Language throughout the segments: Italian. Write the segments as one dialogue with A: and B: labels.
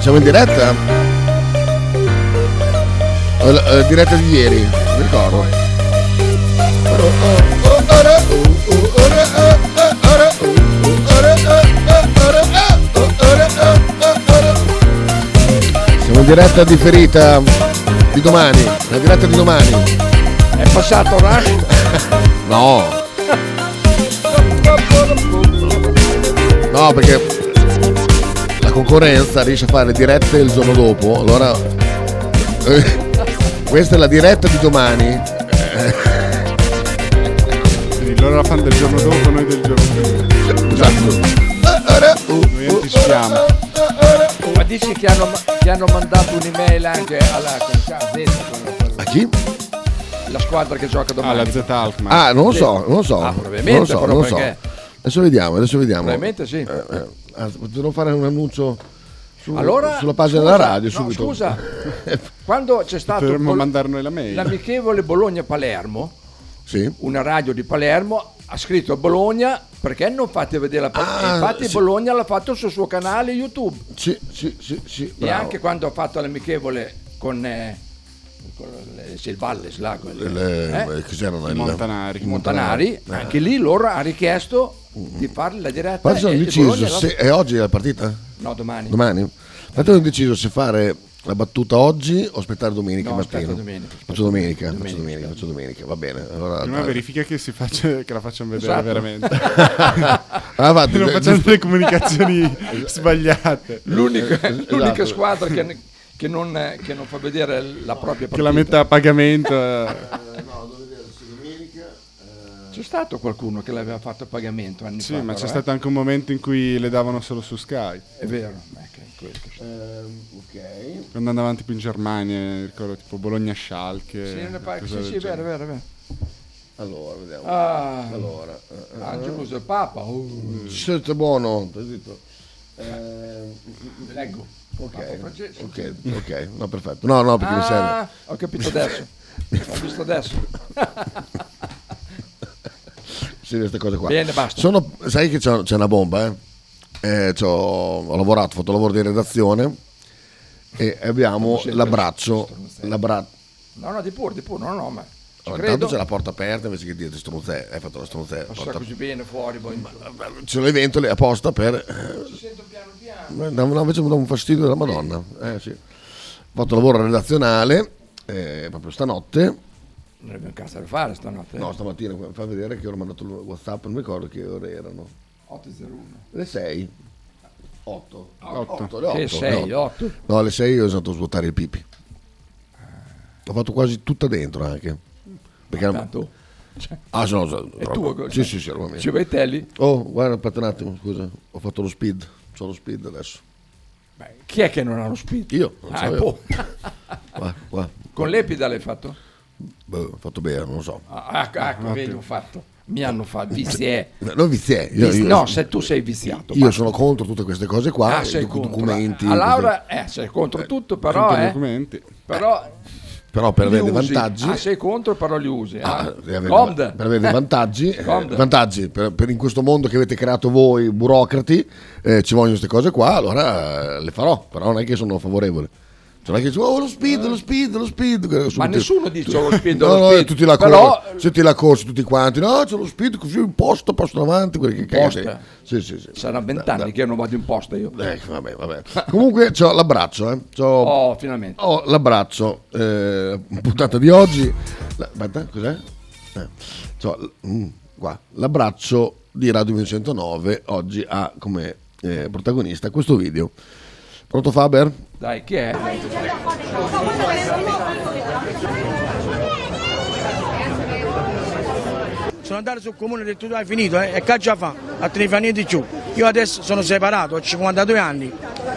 A: Siamo in diretta? O la- eh, diretta di ieri, non mi ricordo. Siamo in diretta di ferita di domani, la diretta di domani.
B: È passato Rush?
A: No. No, perché la concorrenza riesce a fare dirette il giorno dopo, allora eh, questa è la diretta di domani. Eh,
C: Quindi loro la fanno del giorno dopo, noi del giorno prima.
A: Esatto.
B: Uh,
C: Noi anticipiamo.
B: Ma dici che hanno, che hanno mandato un'email anche alla Zeta, quella- quella-
A: A chi?
B: la squadra che gioca
C: Ah,
B: domani.
C: la Z Alkmaar.
A: Ah, non lo so, non lo so.
B: Ah, probabilmente,
A: non lo so,
B: però
A: non lo so.
B: perché-
A: Adesso vediamo, adesso vediamo.
B: Probabilmente sì.
A: Eh, ah, devo fare un annuncio su-
B: Allora,
A: sulla pagina
B: scusa,
A: della radio
B: no,
A: subito.
B: scusa, quando c'è stato il
C: Dovremmo
B: Bol-
C: mandare noi la mail.
B: l'amichevole Bologna-Palermo,
A: Sì.
B: una radio di Palermo ha scritto a Bologna perché non fate vedere la partita.
A: Ah,
B: Infatti,
A: sì.
B: Bologna l'ha fatto sul suo canale YouTube
A: Sì, sì, sì, sì.
B: e
A: bravo.
B: anche quando ha fatto l'amichevole con, eh, con le- sì, il Valles, là, con le-
A: Le-
B: eh,
A: eh, Cos'erano?
C: I
A: il- Eh.
C: Montanari.
B: i Montanari, anche lì loro ha richiesto di fare la diretta.
A: Infatti sono
B: e- e
A: indeciso,
B: Eh, Bologna l'ha-
A: se, è oggi la partita?
B: No, domani.
A: Domani? Infatti sono indeciso se fare la battuta oggi o aspettare domenica
B: No,
A: mattina.
B: aspetta domenica, aspetta
A: Faccio domenica, faccio domenica, faccio domenica, va bene. Allora,
C: Prima verifica che, si faccia, che la facciano
B: uh,
C: vedere
B: Esatto.
C: veramente.
A: Ah, infatti,
C: Che non
A: eh,
C: facciano
A: giusto-
C: delle comunicazioni sbagliate.
B: L'unica,
A: esatto.
B: l'unica squadra che, che non, che non fa vedere la propria partita.
C: Che la metta a pagamento. eh.
B: C'è stato qualcuno che l'aveva fatto a pagamento anni
C: Sì,
B: fa.
C: ma
B: però,
C: c'è
B: eh?
C: stato anche un momento in cui le davano solo su Sky.
B: È vero. ecco, è quello che-
A: Ehm, ok.
C: Quando andava avanti più in Germania, ricordo tipo Bologna-Schalke.
B: Sì, ne par-
C: cose
B: sì,
C: del
B: sì, è vero, è
C: genere.
B: vero, è vero.
A: Allora, vediamo.
B: Ah,
A: Allora, eh, eh,
B: Angelus del Papa. oh.
A: siete buono. stai zitto. Ehm,
B: Eh, Leggo. Papa
A: ok,
B: Francesco.
A: ok, ok, no perfetto. No, no, perché mi serve.
B: Ah, ho capito adesso. ho visto adesso.
A: Sì, queste cose qua.
B: Bene, basta.
A: Sono- sai che c'è, c'è una bomba, eh? Eh, c'ho- ho lavorato, ho fatto lavoro di redazione e abbiamo l'abbraccio. l'abbra-
B: No, no, di pur, di pur. No, no, ma... ci
A: Allora,
B: credo.
A: intanto c'è la porta aperta invece che dietro strunzè, eh, hai fatto la strunzè.
B: Sta
A: Porta...
B: così bene fuori. Poi.
A: Ci sono le ventole apposta per...
B: Ci sento piano piano.
A: eh, no, no, invece mi dà un fastidio della Madonna. Eh, sì. Ho fatto lavoro redazionale eh, proprio stanotte.
B: Non abbiamo cazzo da fare stanotte.
A: No, stamattina fa vedere che ora ho mandato il WhatsApp, non mi ricordo che ore erano.
B: 8.01.
A: Le 6. 8.
C: Otto.
A: 8, le 8.
B: Che sei, 8.
A: No, alle 6 io ho usato svuotare il pipi. L'ho fatto quasi tutta dentro anche. Perché
B: Tanto, Cioè,
A: Ah, sono usato.
B: è tuo.
A: Sì, sì, sì, roba mia.
B: Ci vai Telly?
A: Oh, guarda, aspetta un attimo, scusa. Ho fatto lo speed. C'ho lo speed adesso.
B: Beh, chi è che non ha lo spirito?
A: Io, non so
B: Ah,
A: io.
B: boh.
A: Qua, qua.
B: Con l'Epida l'hai fatto?
A: Boh, ho fatto bene, non lo so.
B: Ah, ecco, ecco, vedi, ho fatto. Mi hanno fatto. eh. Vizi è.
A: No, Non viziè. Io,
B: Vizi-
A: io-
B: no, se tu sei viziato.
A: io
B: basta.
A: sono contro tutte queste cose qua,
B: Ah, sei
A: docu-
B: contro.
A: documenti.
B: A Laura, eh, sei contro tutto, però,
C: Anche i
B: eh,
C: documenti.
B: però
A: queste- Però per
B: li
A: avere dei
B: usi.
A: vantaggi...
B: Ah, sei contro, però li usi. eh.
A: Ah, per avere-
B: Comd.
A: per avere dei vantaggi, eh,
B: Comd.
A: vantaggi per, per in questo mondo che avete creato voi burocrati eh, ci vogliono queste cose qua allora eh, le farò però non è che sono favorevole Non è che dice, oh lo speed, lo speed, lo speed. che subito-
B: Ma nessuno dice "Oh, lo speed,
A: No,
B: lo
A: no,
B: speed.
A: tutti la
B: Però
A: corsa, tutti la corsa, tutti quanti. No, c'è lo speed così in posta, posto avanti, quelli che
B: posta?
A: cagate. Sì, sì, sì.
B: sarà vent'anni che io non vado in posta io.
A: Eh, vabbè, vabbè. Comunque c'ho l'abbraccio, eh. C'ho
B: Oh, finalmente.
A: ho l'abbraccio, eh, puntata di oggi. La- aspetta, cos'è? Eh, c'ho l- mm, qua. L'abbraccio di Radio 1909 oggi ha come eh, protagonista questo video. Pronto Faber?
B: Dai, chi è?
D: Sono andato sul comune e ho detto tu hai finito, eh? e che già fa? A te ne fa niente di più. Io adesso sono separato, ho 52 anni,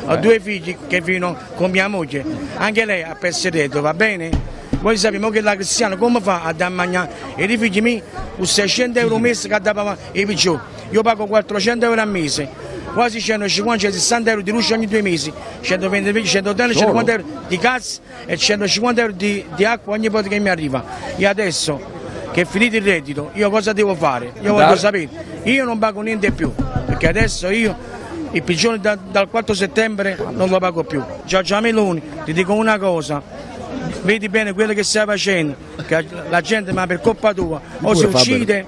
D: ho due figli che vivono con mia moglie, anche lei ha perso il reddito, va bene? Voi sappiamo che la Cristiano come fa a dar mangiare e i figli miei con 600 euro al mese che dava i piccioli, io pago 400 euro al mese, quasi 150 60 euro di luce ogni due mesi, 120, 180, 150 euro di gas e 150 euro di, di acqua ogni volta che mi arriva. Io adesso che è finito il reddito, io cosa devo fare? Io voglio
B: Andare.
D: sapere, io non pago niente più, perché adesso io il pigione da- dal 4 settembre non lo pago più. Giorgia Meloni, ti dico una cosa, vedi bene quello che stai facendo, che la gente ma per colpa tua o si
A: Fabio.
D: uccide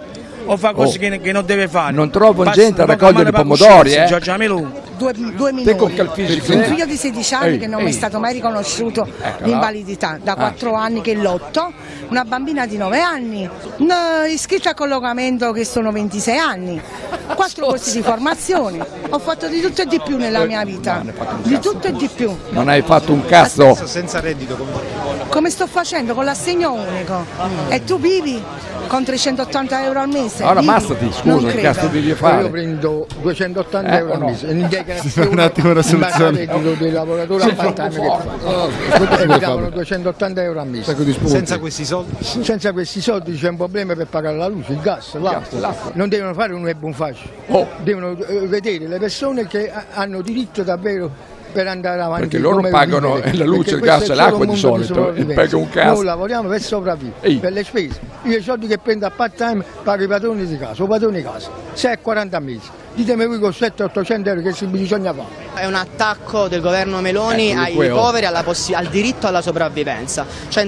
D: o fa cose
B: Oh.
D: che, che non deve fare.
B: Non trovo
D: Basta
B: gente a
D: poco
B: raccogliere
D: male
B: i
D: pago
B: pomodori,
D: scienze,
B: eh.
D: Giorgia Meloni.
E: due, due
B: Te con
E: minori.
B: quel fisico,
E: Un
B: eh?
E: figlio di 16 anni
B: Ehi,
E: che non
B: ehi. Eh, Ah,
E: è stato mai riconosciuto
B: Eccola.
E: l'invalidità, da 4 anni che lotto, una bambina di 9 anni, un- iscritta a collocamento che sono 26 anni, 4 corsi di formazione, ho fatto di tutto e di più nella mia vita, di tutto e di più.
B: Non hai fatto un cazzo.
F: senza reddito come
E: Come sto facendo con l'assegno unico? E tu vivi con 380 euro al mese?
B: Allora
E: Vivi?
B: ammazzati,
E: Non
B: scusa, che
E: credo.
B: cazzo devi
G: Io
B: fare?
G: prendo 280
B: Eh,
G: euro
B: o
G: al
B: no?
G: mese,
C: Si fa un attimo una soluzione.
G: Il reddito dei lavoratori a part-time che
B: Eh,
G: fa. E mi davano 280 euro al mese.
F: senza questi soldi
G: Senza questi soldi c'è un problema per pagare la luce, il gas, l'acqua.
B: l'acqua.
G: Non devono fare un web un fascio.
B: Oh.
G: Devono eh, vedere le persone che ha- hanno diritto davvero per andare avanti.
B: Perché loro
G: come
B: pagano
G: vivere.
B: la luce,
G: Perché
B: il gas
G: questo
B: e
G: è solo
B: l'acqua di
G: un mondo
B: solito, e
G: sopravvivenza.
B: paga un cazzo.
G: Noi lavoriamo per sopravvivere,
B: Ehi.
G: per le spese. Io i soldi che prendo a part-time pago i padroni di casa, o padroni di casa, 6,40 a mese. Ditemi voi con 700-800 euro che si bisogna fare.
H: È un attacco del governo Meloni
B: Ecco,
H: ai
B: dunque, oh.
H: poveri, alla possi- al diritto alla sopravvivenza.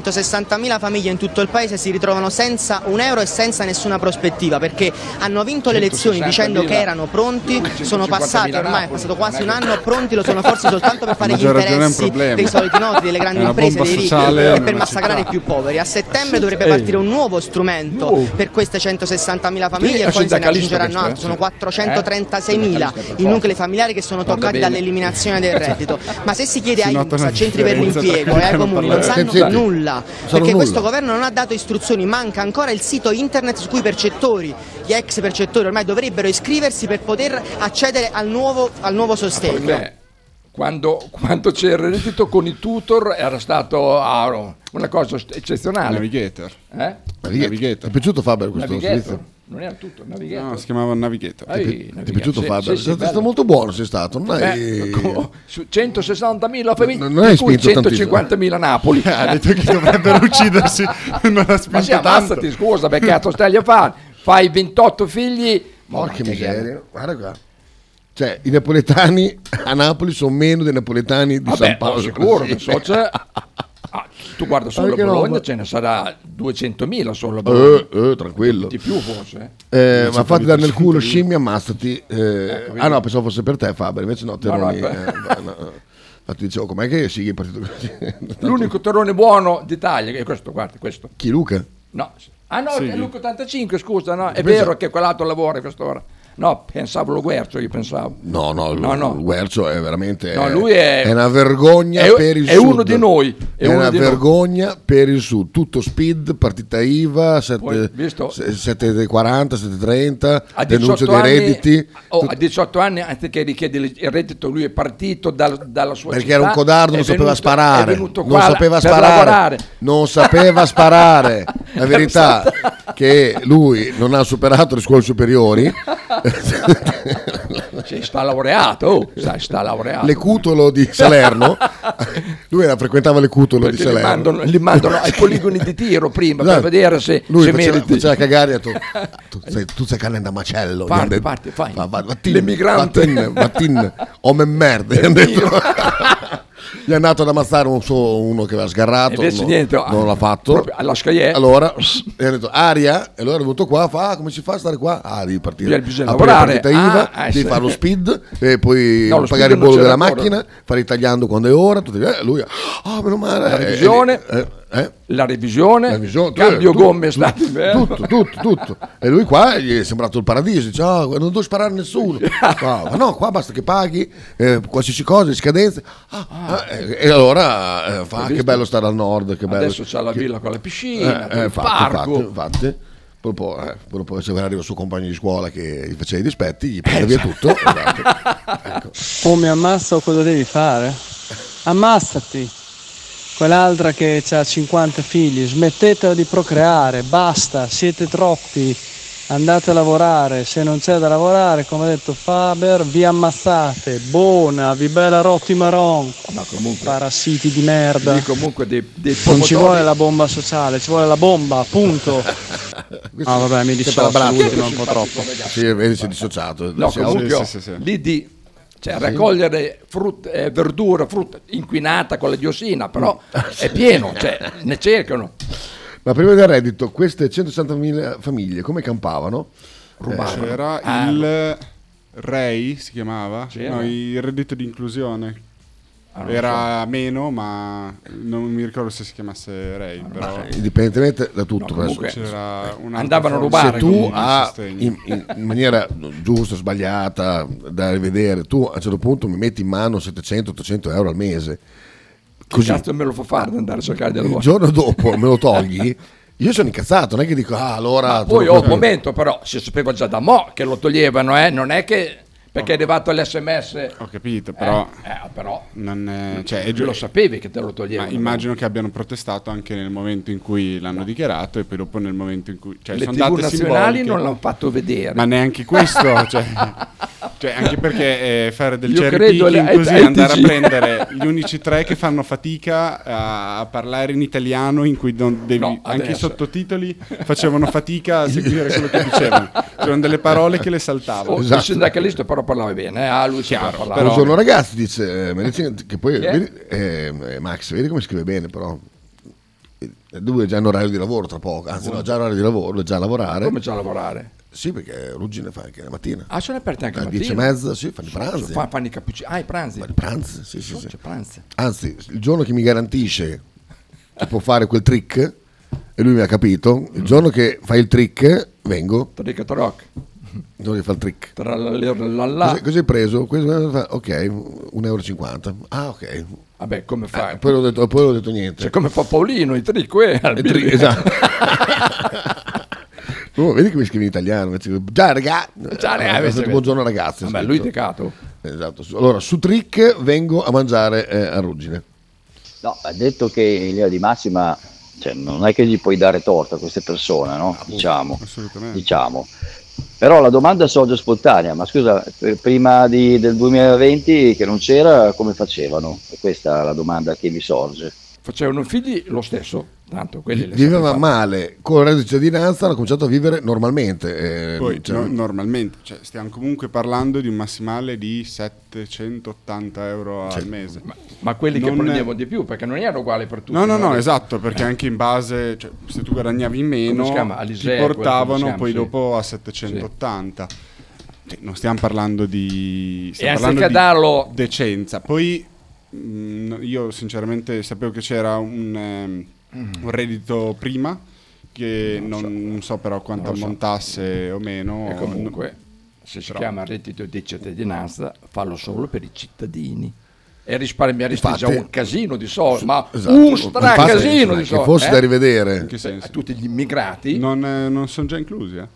H: 160.000 famiglie in tutto il paese si ritrovano senza un euro e senza nessuna prospettiva perché hanno vinto le elezioni dicendo
B: 160.000.
H: che erano pronti, sono
B: 150.000
H: passati ormai, è
B: Napoli,
H: passato quasi un
B: non è che-
H: anno, pronti lo sono forse soltanto per fare
C: A
H: gli
C: maggior ragione è un
H: interessi
C: problema.
H: dei soliti noti, delle grandi
C: È una
H: imprese,
C: bomba
H: dei ricchi
C: sociale in
H: e per
C: una
H: massacrare i
C: città. Uh.
H: più poveri. A settembre dovrebbe partire un nuovo strumento per queste 160.000
B: Sì,
H: famiglie
B: è
H: e poi se ne
B: sindacalista
H: aggiungeranno
B: questo,
H: altri, sono
B: eh.
H: 436.000
B: Eh?
H: i nuclei familiari che sono
B: Guarda
H: toccati
B: bene.
H: dall'eliminazione del reddito. Ma se si chiede
C: Si
H: ai
C: nota
H: INPS,
C: una
H: a centri per
C: differenza tra
H: l'impiego
C: quelli
H: e
C: che
H: ai
C: hanno
H: comuni non
C: parlato.
H: sanno
A: Senti,
H: nulla,
A: sanno
H: perché questo
A: nulla.
H: governo non ha dato istruzioni, manca ancora il sito internet su cui i percettori, gli ex percettori ormai dovrebbero iscriversi per poter accedere al nuovo, al nuovo sostegno.
B: Perché Eh, quando, quando c'era il reddito con i tutor era stato ah, una cosa st- eccezionale.
C: Navigator.
B: Eh?
A: Navigator.
C: Navigator.
A: Ti è piaciuto Faber questo
B: Navigator.
A: servizio?
B: Non era tutto,
C: No,
B: Navigator.
C: si chiamava Navigator.
B: Ehi,
A: Ti è
B: Navigator.
A: piaciuto
B: Sì,
A: Faber?
B: sì, sì,
A: sei stato
B: bello.
A: molto buono, sei stato. Non hai...
B: Eh, co- su 160.000 famiglie,
A: Non- non hai
B: di cui
A: spinto
B: 150.000 Napoli.
C: Ha detto che dovrebbero uccidersi. Non ha
B: Ma sì,
C: spinto tanto.
B: ammazzati, scusa, perché cazzo stai a fare? Fai 28 figli. eh.
A: Porca
B: Mamma mia.
A: miseria, guarda qua. Cioè, i napoletani a Napoli sono meno dei napoletani di
B: Vabbè,
A: San Paolo.
B: oh, sicuro,
A: Sì.
B: ne so, c'è- ah, tu guarda solo
A: Perché no,
B: Bologna,
A: ma-
B: ce ne sarà 200.000 solo a Bologna,
A: Eh, eh, tranquillo.
B: di più forse.
A: Eh, ma
C: sono
A: fatti dare nel
C: di
A: culo,
C: 300.000.
A: scimmia, ammazzati. eh, ah no, pensavo fosse per te Faber, invece no, te
B: no,
A: ero lì,
B: beh.
A: eh, no, no. Infatti dicevo, com'è che sighi il partito così?
B: L'unico terrone buono d'Italia che è questo, guarda, questo.
A: Chi Luca?
B: No. Ah no,
C: Sì.
B: è Luca 85, scusa, no, è
A: Pensa-
B: vero che quell'altro lavora a quest'ora. No, pensavo lo Guercio, io pensavo.
A: No, no,
B: No,
A: l-
B: no.
A: il Guercio è veramente
B: No, lui è-
A: una vergogna
B: è-
A: per il
B: è
A: sud.
B: uno di noi,
A: È,
B: è uno
A: una
B: di noi.
A: vergogna per il sud. Tutto speed, partita
B: Poi,
A: IVA, 7,
B: visto-
A: 740, 730,
B: A 18
A: denuncia dei
B: anni-
A: redditi.
B: oh,
A: Tut-
B: a 18 anni, anziché richiedere il reddito, lui è partito dal- dalla sua
A: perché
B: città,
A: era un codardo,
B: è
A: non sapeva
B: venuto- è
A: sparare,
B: venuto
A: non
B: qua la-
A: sapeva
B: per
A: sparare,
B: lavorare.
A: non sapeva sparare. La verità è che lui non ha superato le scuole superiori,
B: Sì, sta laureato, oh, sta, sta laureato.
A: l'ecutolo di Salerno, lui era, frequentava l'ecutolo di
B: perché li
A: Salerno.
B: mandano, li mandano ai poligoni di tiro prima per
A: Esatto.
B: vedere se,
A: lui
B: se
A: faceva,
B: meriti.
A: faceva cagare e ha detto, tu, sei, tu sei cane da macello
B: Parte,
A: Gli hanno detto,
B: parte, fai.
A: va- va- va- tin,
B: L'emigrante.
A: va tin, va tin, home merda gli hanno detto. Gli è andato ad ammazzare un suo- uno che aveva sgarrato.
B: Invece
A: no,
B: niente, ah,
A: Non l'ha fatto.
B: proprio alla Scaie.
A: Allora, e ha detto aria. E allora è venuto qua. Fa, "Ah, come si fa a stare qua? Ah, devi partire.
B: Io bisogna
A: Apri la
B: lavorare.
A: partita IVA,
B: Ah, eh,
A: devi
B: sì.
A: fare lo speed, e poi
B: No, lo speed
A: pagare
B: non
A: il bollo
B: c'era
A: della
B: ancora.
A: macchina, fare il tagliando quando è ora. Tutti, eh, lui, ah, meno male.
B: La
A: eh,
B: revisione.
A: eh, eh.
B: La revisione,
A: La visione,
B: cambio
A: tu-
B: gomme,
A: tu-
B: stato inverno.
A: tutto, tutto, tutto. E lui qua gli è sembrato il paradiso, dice "Ah, non devo sparare a nessuno. Ah, ma no, qua basta che paghi eh, qualsiasi cosa, scadenze. Ah, ah, eh, e allora eh, fa che bello stare al nord, che bello.
B: Adesso c'ha la
A: che-
B: villa con la piscina,
A: eh, eh,
B: il
A: infatti,
B: parco.
A: infatti, infatti. Poi, poi, eh, poi, poi se arriva il suo compagno di scuola che gli faceva i dispetti, gli prende
B: Eh,
A: via tutto. esatto. Ecco.
I: Come ammazzo cosa devi fare? Ammazzati. Quell'altra che ha 50 figli, smettetela di procreare, basta, siete troppi, andate a lavorare, se non c'è da lavorare, come ha detto Faber, vi ammazzate, buona, vi bella rotti maron,
B: Ma comunque,
I: parassiti di merda.
B: lì comunque dei, dei
I: Non ci
B: pomodori-
I: vuole la bomba sociale, ci vuole la bomba, punto.
A: Questo-
I: Ah vabbè, mi
A: sempre la
I: dissocio,
A: braccia.
I: l'ultimo è un po' troppo.
A: Sì, vedi, si è dissociato.
B: No,
A: Sì,
B: comunque,
C: sì, sì, sì, sì.
B: lì di cioè, raccogliere frutta, eh, verdura, frutta inquinata con la diosina, però
A: Mm.
B: è pieno, cioè, ne cercano.
A: Ma prima del reddito, queste 160.000 famiglie come campavano? Eh,
C: C'era
B: Ah,
C: il REI, si chiamava?
B: C'era?
C: No, il reddito di inclusione.
B: Ah, non
C: Era meno, ma non mi ricordo se si chiamasse REI, però
A: Indipendentemente da tutto,
B: Ah, No, comunque-
A: adesso.
C: c'era un
B: Andavano a rubare,
A: se tu
B: comunque,
A: a- in, in- in maniera giusta, sbagliata, da rivedere, tu a un certo punto mi metti in mano 700-800 euro al mese, così
B: Cazzo me lo fa fare di andare a cercare del
A: il
B: lavoro.
A: giorno dopo me lo togli, io sono incazzato, non è che dico ah allora... te lo
B: Poi oh, un
A: compro".
B: momento però, si sapeva già da mo' che lo toglievano, eh, non è che perché è arrivato l'SMS.
C: Ho capito, però
B: eh, però
C: non è- cioè, è giu-
B: lo sapevi che te lo
C: ma
B: toglievano.
C: immagino che abbiano protestato anche nel momento in cui l'hanno dichiarato e poi dopo nel momento in cui... Cioè,
B: Le
C: sono
B: tv
C: date
B: nazionali
C: simboliche.
B: non l'hanno fatto vedere.
C: Ma neanche questo, cioè, cioè, anche perché eh, fare del
B: Io
C: cherry
B: credo
C: picking
B: le-
C: così,
B: ai- ai
C: andare a
B: TG.
C: prendere gli unici tre che fanno fatica a, a parlare in italiano, in cui non devi-
B: No,
C: anche i
B: adesso.
C: sottotitoli facevano fatica a seguire quello che dicevano. C'erano delle parole che le saltavano.
B: Oh,
A: Esatto.
B: Il sindacalista però parlava bene, eh. ah, lui
C: Chiaro,
B: sapeva parlare.
C: però-
A: Buongiorno ragazzi, dice eh, Medicina, che poi,
B: Chi è?
A: vedi- eh, eh, Max, vedi come scrive bene però. Eh, Lui è già in orario di lavoro tra poco, anzi no, già in orario di lavoro, è già a lavorare.
B: Come già lavorare?
A: Sì, perché Ruggine fa anche la mattina.
B: Ah, sono aperti anche
A: Alle
B: la
A: 10 e
B: mattina.
A: mezza, sì, fanno i pranzi.
B: Fa- fanno i cappuccini. Ah, i pranzi.
A: Fanno i pranzi, sì, sì,
B: Oh,
A: sì.
B: c'è pranzi.
A: Anzi, il giorno che mi garantisce che può fare quel trick, e lui mi ha capito,
B: Mm.
A: il giorno che fai il trick, vengo,
B: Tricatroc.
A: il giorno che fa il trick.
B: Tra la, la, la, la-
A: Cos'hai cos'hai preso? Questo- eh, Ok, 1,50 euro. Ah, ok. Eh,
B: Vabbè, come fa?
A: Poi non ho detto, poi non ho detto niente.
B: Cioè, come fa Paolino, i trico eh, al
A: E tri-
B: birrino.
A: esatto. Oh, vedi come scrive in italiano invece che- Già, raga.
B: Già, raga,
A: Ha
B: invece-
A: detto, buongiorno ragazzi. ha
B: Vabbè, lui è
A: scritto.
B: tecato.
A: Esatto. su- Allora, su trick vengo a mangiare eh, a Ruggine.
J: No, ha detto che in linea di massima cioè, non è che gli puoi dare torto a queste persone, no?
A: Ah, boh,
J: Diciamo,
C: Assolutamente.
J: diciamo. Però la domanda sorge spontanea, ma scusa, per- prima di- del 2020 che non c'era, come facevano? E questa è la domanda che mi sorge.
B: Facevano figli lo stesso. Tanto quelli li
A: Viveva
B: sapevano.
A: male, con il reddito di cittadinanza hanno cominciato a vivere normalmente. eh,
C: Poi,
A: cioè,
C: no- normalmente, cioè, stiamo comunque parlando di un massimale di 780 euro al mese.
B: Cioè, Ma, ma quelli che
C: Non-
B: prendevano di più, perché non era uguale per tutti.
C: No, no,
B: era-
C: no, esatto, perché anche in base, cioè, se tu guadagnavi
B: Come
C: meno,
B: si chiama?
C: ti
B: Alisea, quello che si
C: portavano
B: chiama,
C: poi
B: sì.
C: dopo a 780. Cioè, non stiamo parlando di...
B: E
C: Stiamo
B: anziché
C: parlando di
B: darlo-
C: decenza. Poi mh, io sinceramente sapevo che c'era un, ehm,
B: Mm.
C: un reddito prima, che non, non so però quanto
B: Non lo so.
C: ammontasse o meno.
B: E comunque, se si
C: Però-
B: chiama reddito di cittadinanza, fallo solo per i cittadini. E risparmieresti
A: Infatti-
B: già un casino di soldi, ma
A: esatto.
B: un
A: Infatti,
B: stracasino
A: insomma,
B: di
A: Che
B: soldi.
A: fosse
B: eh?
A: da rivedere.
C: In che senso?
B: A tutti gli immigrati,
C: Non, eh, non sono già inclusi, eh?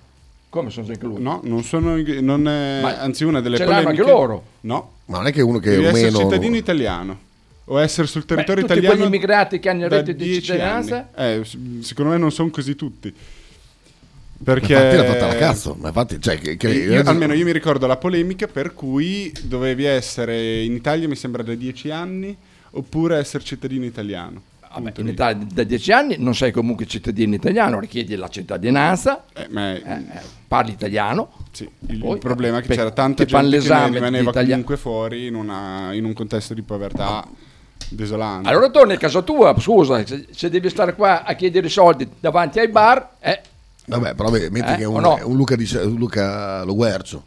B: come sono inclusi?
C: No, non sono... in- non, eh,
B: Ma
C: anzi, una delle
B: ce l'hanno
C: polemiche...
B: anche loro.
C: No,
A: Ma non è che uno che
C: Devi
A: è un
C: essere
A: meno...
C: cittadino italiano o essere sul territorio
B: tutti
C: italiano.
B: quegli immigrati che hanno il
C: da
B: reddito di
C: 10
B: cittadinanza?
C: anni. Eh, s- secondo me non sono così tutti.
A: Ma
C: Perché
A: Infatti l'ha fatta la cazzo. Ma infatti, cioè, che, che-
C: Io- almeno io mi ricordo la polemica per cui dovevi essere in Italia, mi sembra, da 10 anni oppure essere cittadino italiano.
B: Vabbè,
C: Punto
B: Ah, in
C: lì.
B: Italia da dieci anni non sei comunque cittadino italiano, richiedi la cittadinanza,
C: Eh, ma è-
B: eh, parli italiano.
C: sì, il,
B: poi,
C: il problema è che
B: pe-
C: c'era tanta
B: ti fanno
C: gente che ne
B: l'esame di
C: rimaneva
B: italiano. Ah.
C: comunque fuori in, una- in un contesto di povertà Desolante.
B: Allora torni a casa tua, scusa, se, se devi stare qua a chiedere i soldi davanti ai bar, eh,
A: Vabbè, però vedi, metti
B: Eh,
A: che è
B: o
A: un,
B: no?
A: è un Luca, di, un Luca Loguerzo.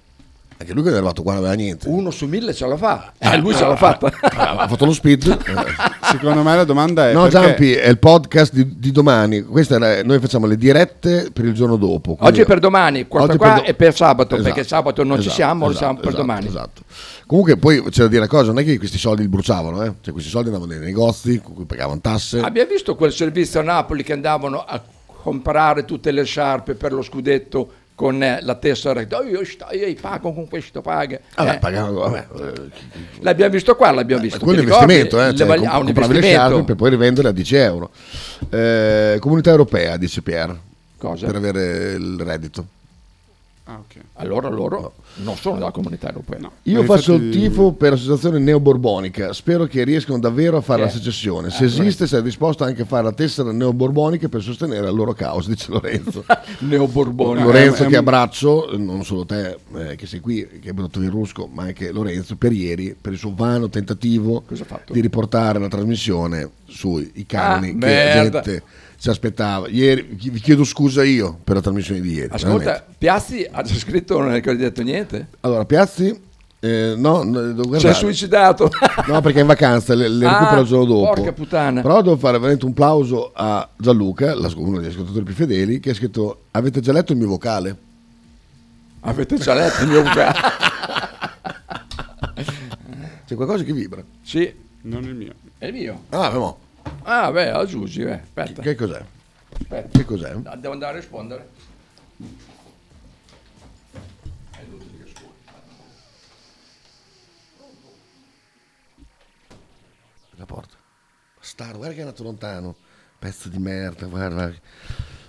A: Anche lui che è arrivato qua non aveva niente. Ah,
B: uno su mille ce la fa. Eh, lui ce l'ha fatta.
A: Ha fatto lo speed. Eh.
C: Ah. Secondo me la
B: Eh,
C: domanda è...
A: No,
C: perché-
A: Giampi, è il podcast di, di domani. Questa è la- noi facciamo le dirette per il giorno dopo. quindi-
B: Oggi è per domani, questa
A: Oggi
B: qua
A: per do-
B: è per sabato,
A: Esatto,
B: perché sabato non ci
A: esatto,
B: siamo, lo
A: esatto,
B: siamo per
A: esatto,
B: domani.
A: Esatto. Comunque poi c'è da dire una cosa, non è che questi soldi li bruciavano, eh? cioè questi soldi andavano nei negozi, con cui pagavano tasse.
B: Eh. Abbiamo visto quel servizio a Napoli che andavano a comprare tutte le sciarpe per lo scudetto con eh, la tessera. Oh, io, sto- io pago con questo paga.
A: Vabbè,
B: Eh,
A: pagavano, Ah, vabbè, eh,
B: L'abbiamo visto qua, l'abbiamo visto.
A: quello è
B: Ti
A: un
B: ricordi?
A: investimento, eh?
B: Le
A: cioè,
B: vali-
A: com-
B: ah, un
A: compravi le
B: investimento.
A: sciarpe per poi rivenderle a 10 euro. Eh, comunità europea, dice Pier,
B: Cosa?
A: per avere il reddito. eh.
C: Ah, ok.
B: Allora loro non sono della comunità europea.
A: Io
C: Eh,
A: faccio il
C: infatti-
A: tifo per l'associazione neoborbonica, spero che riescano davvero a fare la
B: Eh,
A: secessione. Se esiste, sei disposto anche a fare la tessera neoborbonica per sostenere la loro causa, dice Lorenzo.
B: Neoborbone.
A: Lorenzo
C: è- è
A: che
C: un-
A: abbraccio, non solo te eh, che sei qui, che hai portato il rusco, ma anche Lorenzo per ieri, per il suo vano tentativo
B: Cosa ha fatto?
A: di riportare la trasmissione sui canoni
B: Ah,
A: che
B: merda.
A: la gente si aspettava. Ieri, chi- vi chiedo scusa io per la trasmissione di ieri.
B: Ascolta,
A: veramente.
B: Piazzi ha già scritto, non hai ancora detto niente.
A: Allora, Piazzi, eh, no, no, devo
B: Si è
A: guardare.
B: suicidato.
A: No, perché è in vacanza, le, le
B: Ah,
A: recupero il giorno dopo.
B: porca puttana.
A: Però devo fare veramente un plauso a Gianluca, la- uno degli ascoltatori più fedeli, che ha scritto: Avete già letto il mio vocale?
B: Avete già letto il mio vocale?
A: C'è qualcosa che vibra.
B: Sì,
C: Non il mio.
B: è mio.
A: Ah, no.
B: Ah, beh, aggiungi, eh. aspetta,
A: Che cos'è?
B: aspetta.
A: Che cos'è?
B: Ah, Devo andare a rispondere.
A: La porta. Bastardo, guarda che è andato lontano. Pezzo di merda, guarda.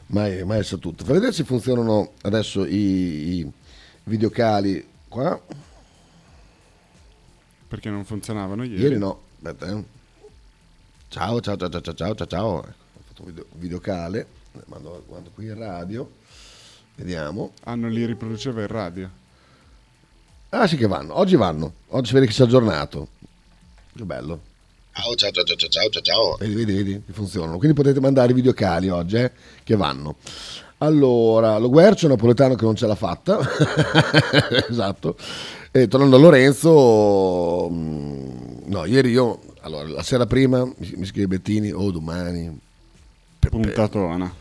A: Mai, mai sa tutto. Fai vedere se funzionano adesso i, i videocali qua.
C: Perché non funzionavano ieri.
A: Ieri no. Aspetta, eh. Ciao, ciao, ciao, ciao, ciao, ciao, ciao, ciao. Ecco, Ho fatto un video- videocale. Eh, Mando, mando qui in radio. Vediamo.
C: Ah, non li riproduceva in radio.
A: Ah sì che vanno, oggi vanno, oggi si vede che si è aggiornato. Che bello. Ciao, ciao, ciao, ciao, ciao, ciao, ciao. eh, Vedi, vedi, vedi, che funzionano. Quindi potete mandare i videocali oggi, eh, che vanno. Allora, lo Guercio è un napoletano che non ce l'ha fatta. esatto. E tornando a Lorenzo, mh, no, ieri io, allora, la sera prima mi, mi scrive Bettini, oh domani,
C: Puntatona.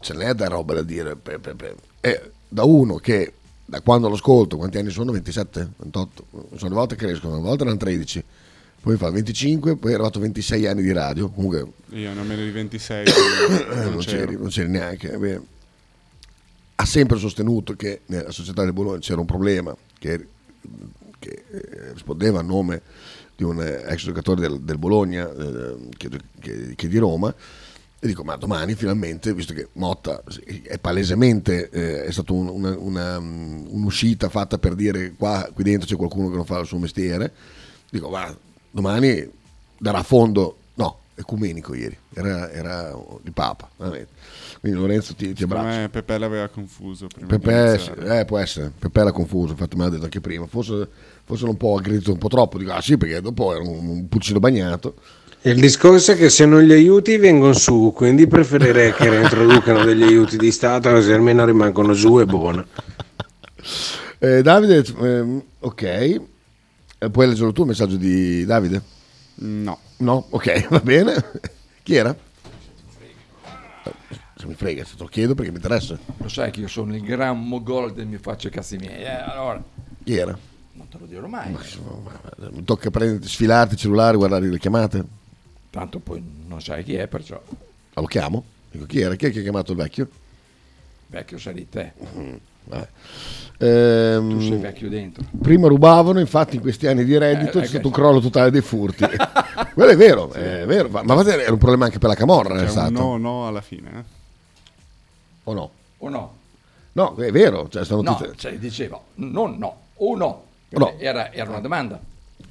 A: ce n'è da roba da dire. pe- pe- pe. E da uno che da quando lo ascolto, quanti anni sono? 27, 28, sono le volte che crescono, una volta erano 13, poi fa 25, poi è arrivato a 26 anni di radio, comunque
C: Io ne ho meno di 26. quindi
A: eh, non,
C: Ah, c'ero.
A: c'eri, non c'eri neanche. eh, beh. Ha sempre sostenuto che nella società di Bologna c'era un problema che, che, eh, rispondeva a nome di un eh, ex giocatore del, del Bologna, eh, che, che- che di Roma. E dico, ma domani finalmente, visto che Motta è palesemente, eh, è stata un- una- una, mm, un'uscita fatta per dire qua, qui dentro c'è qualcuno che non fa il suo mestiere, dico, ma domani darà a fondo, no, ecumenico ieri, era, era il Papa, veramente. Quindi Lorenzo ti, ti
C: Secondo
A: abbraccio.
C: me Pepe l'aveva confuso prima di iniziare.
A: Pepe, eh, può essere, Pepe l'ha confuso, infatti me l'ha detto anche prima, forse, forse l'ho un po' aggredito un po' troppo, dico ah sì perché dopo era un, un pulcino bagnato,
K: Il discorso è che se non gli aiuti vengono su, quindi preferirei che reintroducano degli aiuti di Stato così almeno rimangono su e buona.
A: Eh, Davide, ehm, ok, Eh, puoi leggerlo tu il messaggio di Davide?
C: No.
A: No? Ok, va bene, chi era? Eh, Se mi frega, se te lo chiedo perché mi interessa,
B: Lo sai che io sono il gran mogol del mio faccio i cazzi miei. eh, allora,
A: chi era?
B: non te lo dirò mai.
A: Mi tocca prendere, sfilarti il cellulare, guardare le chiamate,
B: Tanto poi non sai chi è, perciò
A: Ah, lo chiamo, dico chi era, chi è che ha chiamato il vecchio?
B: vecchio sai di te.
A: Mm. Vabbè. Ehm,
B: Tu sei vecchio dentro.
A: Prima rubavano, infatti in questi anni di reddito
B: Eh,
A: c'è
B: eh, questo.
A: stato un crollo totale dei furti. Quello è vero, è vero. Ma ma guarda, era un problema anche per la Camorra,
C: C'è
A: è
C: un
A: stato.
C: no, no alla fine. eh.
A: esatto. O no?
B: O no?
A: No, è vero. Cioè, stanno
B: No,
A: tutte-
B: cioè, dicevo, non no, o no.
A: O no.
B: Era, era una domanda.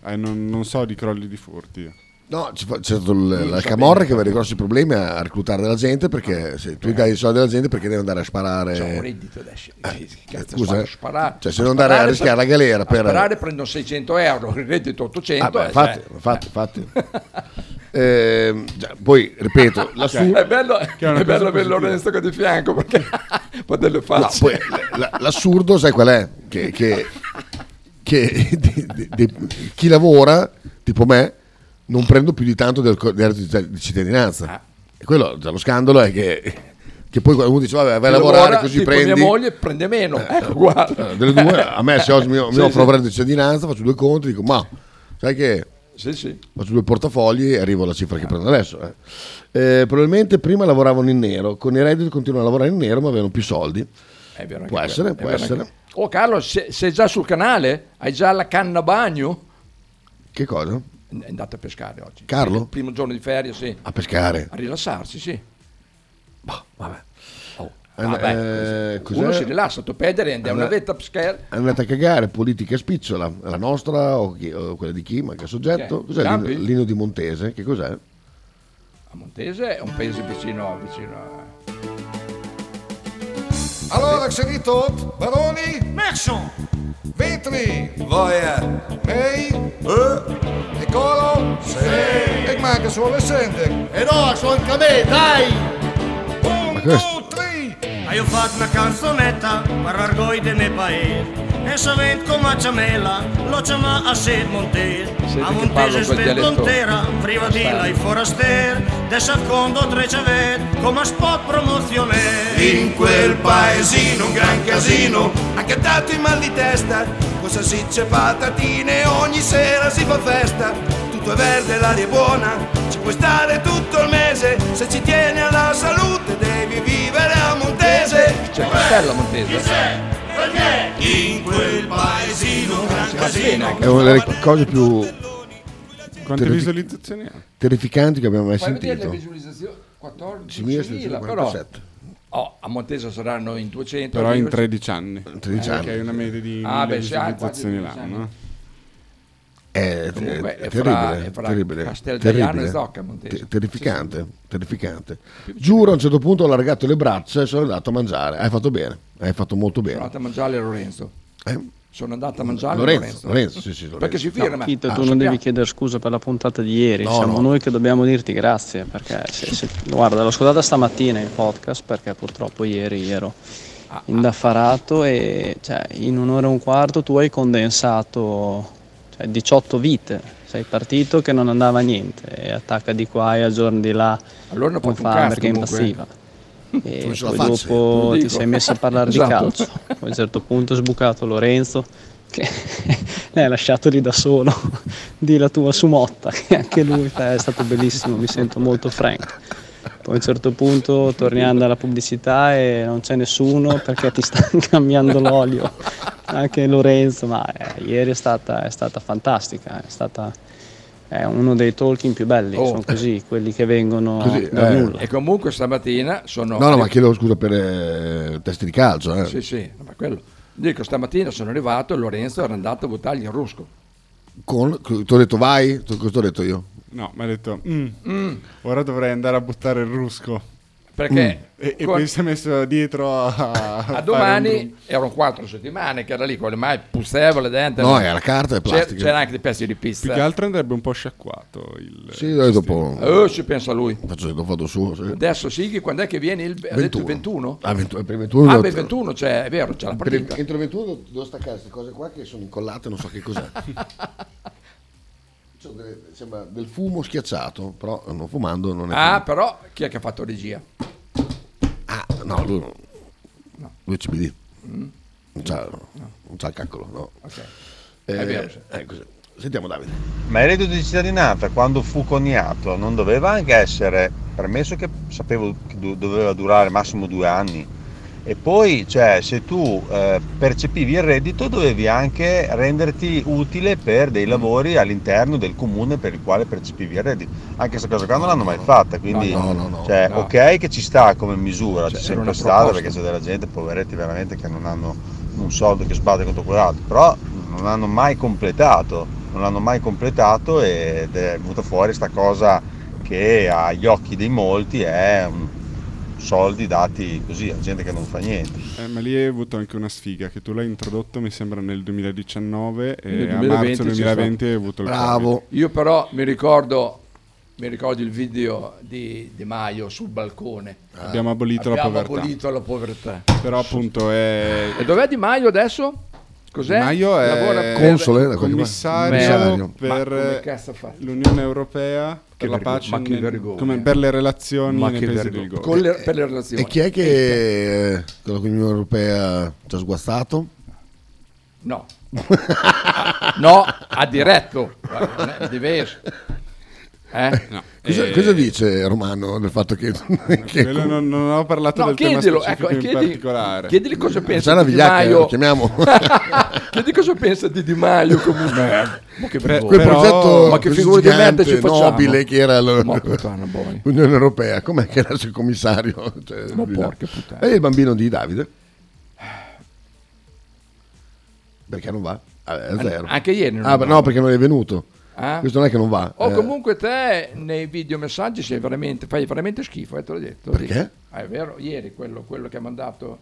C: Eh, non, non so di crolli di furti. io.
A: no, ci fa- c'è stato il- la Camorra che aveva dei grossi problemi a a reclutare della gente
C: Ah.
A: perché se tu gli dai i soldi alla gente perché deve andare a sparare.
B: C'è un reddito adesso. Che cazzo, sparare-
A: scusa, eh.
B: sparare,
A: Cioè, se non andare a
B: sparare-
A: rischiare la galera
B: a
A: per-
B: sparare prendo 600 euro, il reddito
A: Ah,
B: 800.
A: beh,
B: eh,
A: infatti,
B: cioè,
A: infatti, infatti. Ehm, già, poi ripeto, la
B: Cioè,
A: su-
B: è bello, è bello avere Lorenzo qua di fianco perché fa delle
A: No,
B: facce.
A: poi, la- la- l'assurdo, sai qual è? Che, che- che di- di- di- chi lavora, tipo me, non prendo più di tanto del, co- del reddito di cittad- di cittadinanza. E quello, già, lo scandalo è che, che poi qualcuno dice, vabbè, vai a
B: Chi
A: lavorare
B: lavora,
A: così
B: tipo
A: prendi...
B: mia moglie prende meno. ecco qua.
A: Eh, delle due, a me se oggi mi, mi
B: Sì,
A: offro
B: sì.
A: il reddito di cittadinanza, faccio due conti, dico, ma sai che...
B: Sì, sì.
A: Faccio due portafogli e arrivo alla cifra che prendo adesso. eh. Eh, probabilmente prima lavoravano in nero, con i redditi continuano a lavorare in nero ma avevano più soldi.
B: Eh, È vero anche
A: Può
B: quello,
A: essere,
B: è
A: può
B: vero
A: essere.
B: anche- Oh Carlo, se- sei già sul canale? Hai già la canna bagno?
A: Che cosa?
B: È andato a pescare oggi.
A: Carlo?
B: Il primo giorno di ferie, sì.
A: A pescare?
B: A rilassarsi, sì. Boh, vabbè. Oh,
A: Eh,
B: vabbè.
A: eh, cos'è?
B: Uno si rilassa, tu pedere, andiamo
A: Eh,
B: una vetta a pescare.
A: È andata a cagare politica spicciola, la nostra o, chi- o quella di chi, ma che soggetto?
B: Chi è?
A: Cos'è
B: Ciampi?
A: l'ino, l'ino di Montese? Che cos'è?
B: A Montese è un paese vicino, vicino a... Allora,
L: Xeritot, Baroni, Merson, Vetri, Voyer, May, Eh, Nicolo, Sì, e manca solo Sendek. E no, sono anche a me, dai!
A: Ma questo?
M: Hai ho fatto una canzonetta per argoide nel paese e savent come a ciamela lo chiama a Sed Montese
B: Siete
M: a
B: che parlo
M: Montese
B: quel
M: svet
B: dialetto
M: l'ontera priva di
B: strano.
M: là i foraster de secondo tre ciavet come a spot promozionè
L: In quel paesino un gran casino, anche dato in mal di testa, con salsicce e patatine, ogni sera si fa festa, tutto è verde, l'aria è buona, ci puoi stare tutto il mese, se ci tieni alla salute devi vivere a Montese.
B: C'è Castello a Montese.
L: Perché? In quel paesino un gran casino.
A: È una delle cose più
C: Quante
A: terrifi-
C: visualizzazioni ha?
A: terrificanti che abbiamo mai
B: Fai vedere le
A: sentito.
B: visualizzazioni, 14.000, però
A: 1747.
B: oh, a Montese saranno in 200.
C: Però in
B: io-
C: 13 anni.
A: 13
C: Eh,
A: anni.
C: Che è una media di
B: Ah,
C: mille
B: beh, sì, ah, quasi
C: visualizzazioni
B: 13 anni.
C: l'anno. eh.
A: È, è-
B: Comunque,
A: è
B: è fra-
A: terribile,
B: è fra
A: terribile,
B: Castelgaiano
A: terribile,
B: e Zocca, Montese.
A: Te- terrificante, terrificante. Giuro a un certo punto ho allargato le braccia e sono andato a mangiare. Hai fatto bene, hai fatto molto
B: Sono
A: bene.
B: andato a mangiare a Lorenzo. Sono andato a mangiare a
A: Eh? Lorenzo,
B: Lorenzo.
A: Lorenzo, sì, sì, Lorenzo.
B: Perché si firma.
A: No,
I: Chito,
A: Ah,
I: tu non devi chiedere scusa per la puntata di ieri,
A: No,
I: siamo
A: no.
I: noi che dobbiamo dirti grazie, perché se- se- guarda, l'ho ascoltata stamattina il podcast perché purtroppo ieri ero
B: Ah,
I: indaffarato e cioè, in un'ora e un quarto tu hai condensato cioè, 18 vite, sei partito che non andava niente, e attacca di qua e aggiorni di là,
B: Allora
I: non
B: porto un
I: fa
B: cazzo,
I: perché
B: comunque. eh.
I: impassiva. E
B: Non ce la
I: Eh, poi
B: faccio,
I: dopo
B: lo
I: ti
B: dico.
I: sei messo a parlare di
B: Esatto.
I: calcio. Poi a un certo punto è sbucato Lorenzo che l'hai Eh, lasciato lì da solo. Di la tua sumotta, che anche lui fa, è stato bellissimo, mi sento molto franco. Poi a un certo punto tornando alla pubblicità e non c'è nessuno perché ti stanno cambiando l'olio. Anche Lorenzo, ma eh, ieri è stata, è stata fantastica, è stata è uno dei talking più belli,
B: Oh.
I: sono così, quelli che vengono
A: Così,
I: da
A: eh.
I: nulla.
B: E comunque stamattina sono...
A: No, no, ma chiedo scusa per eh, testi di calcio. Eh.
B: Sì, sì, no, ma quello. Dico, stamattina sono arrivato e Lorenzo era andato a buttargli il rusco.
A: Con- ti ho detto vai, T- cosa ti ho detto io?
C: No, mi ha detto, "Mm, ora dovrei andare a buttare il rusco. Mm.
B: Perché
C: E, e
B: con-
C: poi si è messo dietro a...
B: A domani erano quattro settimane che era lì con le mani puzzevole dentro.
C: No, era carta e
B: C'era-
C: plastica.
B: C'era anche dei pezzi di
C: Più
B: pizza.
C: che altro andrebbe un po' sciacquato il...
A: Sì, dai, dopo.
B: Eh, ci pensa lui.
A: Faccio, lo vado su. sì.
B: Adesso Sighi, quando è che viene il ha detto il 21?
A: Ah, 21, per 21
B: Ah,
A: devo-
B: beh, 21, cioè, è vero, c'è la
A: Per-
B: partita.
A: entro 21 devo staccare queste cose qua che sono incollate, non so che cos'è. C'ho delle- sembra del fumo schiacciato, però non fumando non è
B: Ah, però chi è che ha fatto regia?
A: fumo. No, lui non. Lui è CBD.
B: Mm.
A: Non, c'ha, non c'ha il calcolo, no.
B: È vero,
A: eh, così. Sentiamo Davide.
N: Ma il reddito di cittadinanza, quando fu coniato, non doveva anche essere permesso che sapevo che do- doveva durare massimo due anni. E poi, cioè, se tu eh, percepivi il reddito, dovevi anche renderti utile per dei lavori all'interno del comune per il quale percepivi il reddito. Anche questa cosa qua non l'hanno mai fatta, quindi,
A: no, no, no,
N: cioè,
A: no.
N: ok che ci sta come
A: Cioè,
N: misura, c'è
A: era
N: sempre
A: una
N: stata,
A: proposta.
N: perché c'è della gente, poveretti veramente, che non hanno un soldo che sbatte contro quell'altro, però non hanno mai completato, non l'hanno mai completato ed è venuta fuori sta cosa che agli occhi dei molti è un- soldi dati così a gente che non fa niente.
C: Eh, ma lì hai avuto anche una sfiga che tu l'hai introdotto mi sembra nel 2019 e
B: Nel
C: a marzo
B: 2020 c'è
C: 2020
B: stato.
C: hai avuto il Covid.
B: Io però mi ricordo mi ricordo il video di Di Maio sul balcone.
C: Abbiamo abolito la
B: Abbiamo
C: povertà.
B: abolito la povertà.
C: Però appunto è...
B: E dov'è Di Maio adesso? Cos'è?
C: Di Maio è
B: Lavora per-
A: Console, eh, da quelle
C: commissario
B: Ma come
C: per
B: cazzo fa?
C: l'Unione Europea
B: Che
C: per la
B: vergogna,
C: pace,
B: ma che
C: nel-
B: vergogna.
C: come per le relazioni
B: Ma
C: nei
B: che
C: paesi
B: vergogna.
C: del Golfo.
B: Con le- per le relazioni.
A: E chi è che eh, con l'Unione Europea ci ha sguazzato?
B: No. no, ha diretto. Guarda, è diverso. Eh?
A: Cosa,
B: Eh,
A: cosa dice Romano del fatto che... che-
C: Quello non, non ho parlato
B: No,
C: del
B: chiedilo,
C: tema specifico
B: ecco,
C: in
B: chiedi-
C: particolare.
B: chiedili cosa
A: Ah,
B: pensa
A: c'è la
B: di Di
A: vigliacca,
B: Maio.
A: lo chiamiamo.
B: Chiedi cosa pensa di Di Maio comunque. Ma che
A: Quel
B: vergogna.
A: progetto
B: ma che
A: così
B: figura di merda ci
A: gigante,
B: facciamo.
A: nobile che era l-
B: Ma puttana boia.
A: l'Unione Europea, com'è che era il commissario? Cioè,
B: Ma
A: di là.
B: porca puttana.
A: E il bambino di Davide? Perché non va? Ah, è
B: An-
A: zero.
B: anche ieri non
A: Ah,
B: va.
A: no, perché non è venuto.
B: Ah?
A: Questo non è che non va.
B: O
A: eh.
B: comunque te nei videomessaggi sei veramente, fai veramente schifo, eh, te l'ho detto.
A: Perché?
B: Dico. Ah, è vero, ieri quello, quello che ha mandato,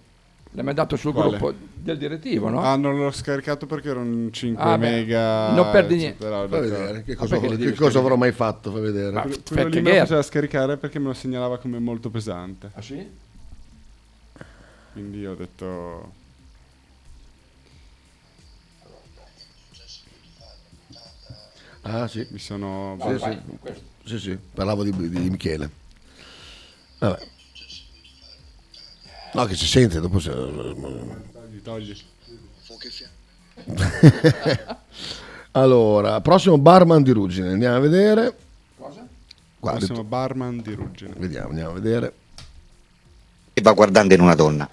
B: l'ha mandato sul
C: Quale?
B: gruppo del direttivo, no?
C: Ah, non l'ho scaricato perché erano 5
B: Ah, beh,
C: mega.
B: non perdi niente.
C: eccetera,
A: Fai
C: eccetera.
A: vedere, che
B: Ma
A: cosa,
B: perché le
A: che
B: devi
A: cosa
B: scrivere?
A: avrò mai fatto? Fai vedere.
B: Ma-
C: Quello- Quello lì me lo faceva scaricare perché me lo segnalava come molto pesante.
B: Ah sì?
C: Quindi ho detto.
A: Ah, sì.
C: Mi sono.
A: Sì, sì. Sì, sì, parlavo di, di Michele. Vabbè. No, che si sente, dopo se...
C: Togli, togli.
A: allora, prossimo barman di Ruggine, andiamo a vedere.
B: Cosa?
A: Qua,
C: Noi siamo
A: detto-
C: barman di Ruggine.
A: Vediamo, andiamo a vedere.
O: e va guardando in una donna.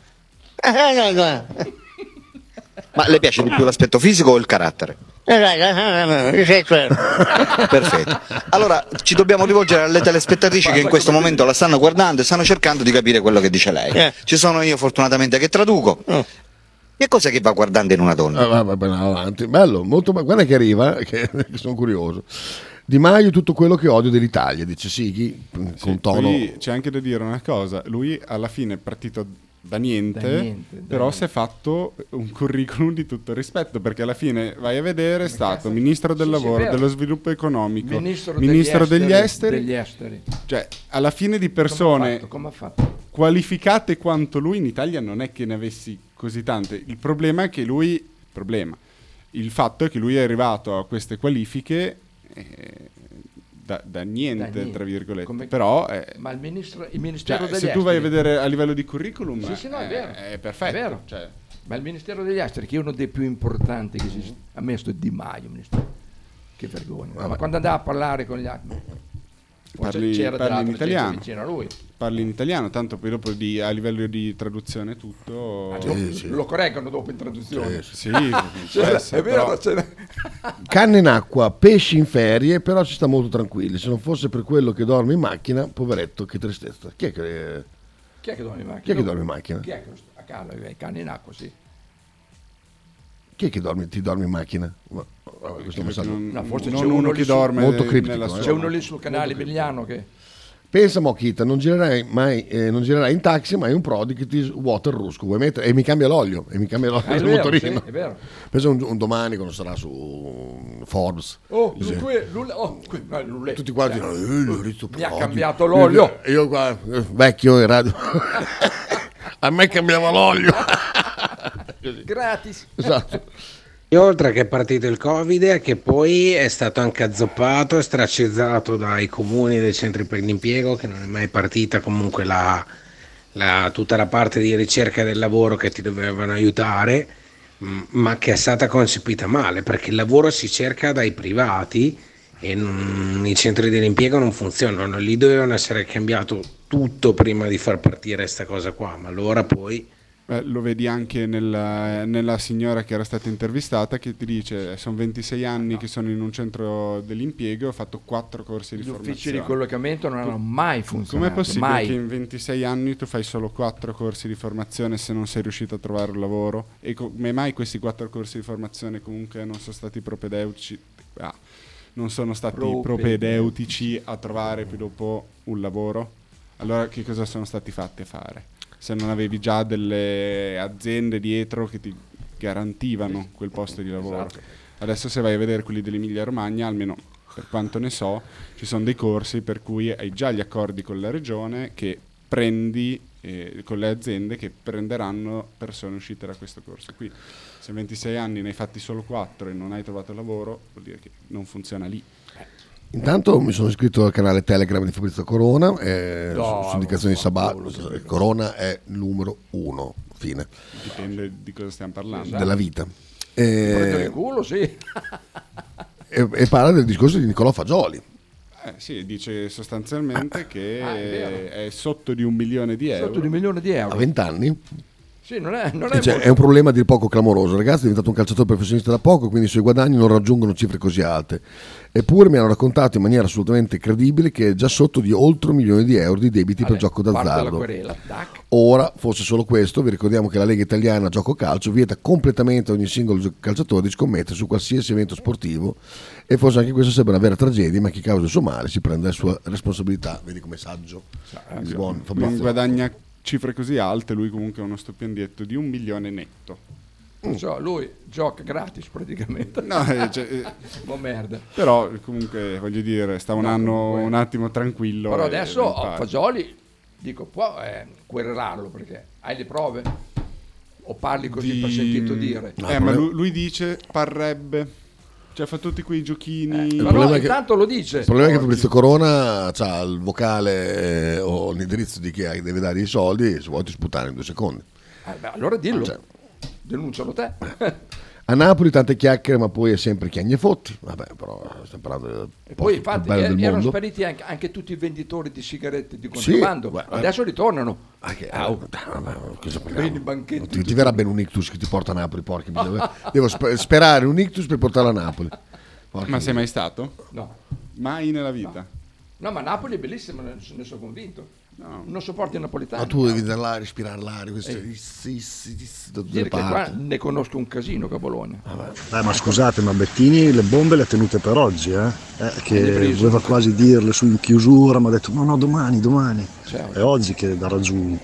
O: Ma le piace di più l'aspetto fisico o il carattere? Perfetto. Allora ci dobbiamo rivolgere alle telespettatrici che in questo momento la stanno guardando e stanno cercando di capire quello che dice lei. Ci sono io fortunatamente che traduco. Che cos'è che va guardando in una donna?
A: Ah, va- va bene, avanti. Bello, molto be- Guarda che arriva, che sono curioso. Di Maio tutto quello che odio dell'Italia, dice Sighi, mm, con tono...
C: Lui, c'è anche da dire una cosa, lui alla fine è partito da niente,
B: Da niente, da
C: però si è fatto un curriculum di tutto rispetto, perché alla fine vai a vedere è stato ministro del
B: Sì, sì, è
C: lavoro,
B: vero.
C: dello sviluppo economico,
B: Ministro degli
C: ministro degli,
B: esteri,
C: esteri,
B: degli esteri.
C: cioè alla fine di persone
B: Come ha fatto?
C: qualificate quanto lui in Italia non è che ne avessi così tante. Il problema è che lui. Il problema. Il fatto è che lui è arrivato a queste qualifiche eh, da, da niente,
B: Da niente.
C: tra virgolette.
B: Come-
C: Però eh,
B: Ma il, ministro, il
C: cioè,
B: ministero
C: se
B: degli
C: tu vai a
B: esteri-
C: vedere a livello di curriculum,
B: Sì, sì, no, è
C: eh,
B: vero.
C: è perfetto.
B: È vero.
C: cioè.
B: Ma il Ministero degli Esteri, che è uno dei più importanti che esiste, ha messo Di Maio, ministero. Che vergogna. Ma quando andava a parlare con gli altri,
C: Parli,
B: c'era tra
C: parli in
B: l'altro gente
C: italiano.
B: vicino a lui.
C: Parli in italiano, tanto poi dopo di- a livello di traduzione e tutto.
B: Lo, Ah, cioè, lo correggono dopo in traduzione.
C: Oh, Sì,
B: Cioè,
C: può essere,
B: è vero,
C: però-
B: c'era-
A: Canne in acqua, pesci in ferie, però si sta molto tranquilli. Se non fosse per quello che dorme in macchina, poveretto, che tristezza. Chi è che...
B: Chi è che dorme in macchina?
A: Chi è che dorme in macchina?
B: Chi è che lo sta- a casa, i cani in acqua, sì.
A: Chi è che dorme- ti dorme in macchina? Ma- vabbè, questo messaggio-
B: No, forse
C: non
B: c'è uno
C: uno
B: lì
C: che
B: su-
C: dorme
A: Molto criptico,
C: nella
A: eh.
C: sua-
B: C'è uno lì sul canale Emiliano che...
A: Pensa Mochita, non girerai mai, eh, non girerai in taxi, ma hai un Prodi che ti vuota il rusco. Vuoi mettere- E mi cambia l'olio, e mi cambia l'olio
B: Ah, è
A: del
B: vero,
A: motorino.
B: sì, è vero.
A: Pensa un, un domani quando sarà su Forbes.
B: Oh,
A: Dice-
B: lui, lui, lui, oh, qui- no, lui-
A: tutti quanti
B: cioè,
A: "Eh, Lorenzo
B: mi ha
A: Prodi".
B: cambiato l'olio
A: E io qua, eh, vecchio in radio. A me cambiava l'olio.
B: gratis
A: esatto.
K: E oltre che è partito il Covid, è che poi è stato anche azzoppato e stracizzato dai comuni e dai centri per l'impiego, che non è mai partita comunque la, la- tutta la parte di ricerca del lavoro che ti dovevano aiutare, m- ma che è stata concepita male, perché il lavoro si cerca dai privati e non- i centri dell'impiego non funzionano. Lì dovevano essere cambiato tutto prima di far partire questa cosa qua, ma allora poi...
C: Beh, Eh, lo vedi anche nella, nella signora che era stata intervistata che ti dice sono 26 anni che sono in un centro dell'impiego ho fatto 4 corsi di
B: gli uffici
C: formazione.
B: di collocamento non hanno mai funzionato
C: Com'è possibile
B: mai.
C: che in 26 anni tu fai solo 4 corsi di formazione se non sei riuscito a trovare un lavoro? E come mai questi 4 corsi di formazione comunque non sono stati propedeutici, ah, non sono stati
B: Propedeutici.
C: propedeutici a trovare poi dopo un lavoro? Allora che cosa sono stati fatti a fare? Se non avevi già delle aziende dietro che ti garantivano quel posto di lavoro. Adesso se vai a vedere quelli dell'Emilia Romagna, almeno per quanto ne so, ci sono dei corsi per cui hai già gli accordi con la regione che prendi eh, con le aziende che prenderanno persone uscite da questo corso. Qui se in 26 anni ne hai fatti solo 4 e non hai trovato lavoro, vuol dire che non funziona lì.
A: Intanto mi sono iscritto al canale Telegram di Fabrizio Corona, eh,
C: No,
A: su, su indicazione di Sabato. Corona è numero uno, fine,
C: Dipende di cosa stiamo
B: Esatto.
C: parlando.
A: Esatto. della vita. Eh.
B: Prendere
A: E,
B: il culo, sì.
A: e- e parla del discorso di Nicolò Fagioli.
C: Eh, sì, dice sostanzialmente che
B: Ah, è vero.
C: è, sotto di un milione di euro.
B: Sotto di un milione di
A: A
B: euro.
A: 20 anni
B: Sì, non è, non è
A: E cioè,
B: molto.
A: è un problema di poco clamoroso. Il ragazzo è diventato un calciatore professionista da poco, quindi i suoi guadagni non raggiungono cifre così alte. Eppure mi hanno raccontato in maniera assolutamente credibile che è già sotto di oltre un milione di euro di debiti per
B: Vabbè,
A: gioco
B: Parte la
A: d'azzardo.
B: querela, tac.
A: Ora, fosse solo questo, vi ricordiamo che la Lega Italiana Gioco Calcio vieta completamente a ogni singolo gio- calciatore di scommettere su qualsiasi evento sportivo e forse anche questa sembra una vera tragedia, ma chi causa il suo male si prende la sua responsabilità. Vedi come saggio. il buon
C: Eh, non
A: Fabrizio.
C: guadagna cifre così alte, lui comunque ha uno stipendietto di un milione netto.
B: Non so, lui gioca gratis praticamente.
C: No, eh, cioè, eh.
B: Boh, merda.
C: Però comunque voglio dire, sta un
B: No,
C: anno
B: comunque-
C: un attimo tranquillo.
B: Però
C: e
B: adesso
C: non
B: oh,
C: parte.
B: Fagioli, dico, può eh, querelarlo perché hai le prove? O parli così per sentito dire?
C: Eh, ma lui, lui dice parrebbe. Cioè fa tutti quei
B: Eh,
C: giochini.
A: Il problema è che- Il problema è che
C: Oggi.
A: Fabrizio Corona ha il vocale eh, o l'indirizzo di chi ha- deve dare i soldi e se vuoi ti sputare in due secondi.
B: Eh, beh, allora dillo.
C: Cioè.
B: Denuncialo te.
C: Eh.
A: A Napoli tante chiacchiere, ma poi è sempre chiagni e fotti. Vabbè, però stiamo parlando del
B: E
A: posto
B: poi
A: più
B: infatti
A: bello
B: er-
A: del
B: erano
A: mondo.
B: spariti anche, anche tutti i venditori di sigarette di
A: Sì,
B: contrabbando.
A: guarda, Ah,
B: Adesso ritornano.
A: Au. Cosa parliamo?
B: Prendi i banchetti.
A: Ti, ti verrà bene un ictus che ti porta a Napoli, porca miseria. Devo sp- sperare un ictus per portarla a Napoli. Porca
C: Ma
A: miseria.
C: sei mai stato?
B: No.
C: Mai nella vita.
B: No, ma Napoli è bellissima, ne ne sono convinto. Non sopporti i napoletani.
A: Ma tu devi andare là, respirare l'aria, questo
B: Eh.
A: sì, sì, sì, da tutte
B: Dire che
A: le
B: qua
A: parti. Ah,
B: ne conosco un casino che a Bologna.
P: Eh, ma scusate, ma Bettini le bombe le ha tenute per oggi, eh? Eh,
B: Le
P: che
B: prese.
P: voleva quasi dirle su in chiusura, ma ha detto no, no, domani, domani.
B: Certo.
P: È oggi che darà giù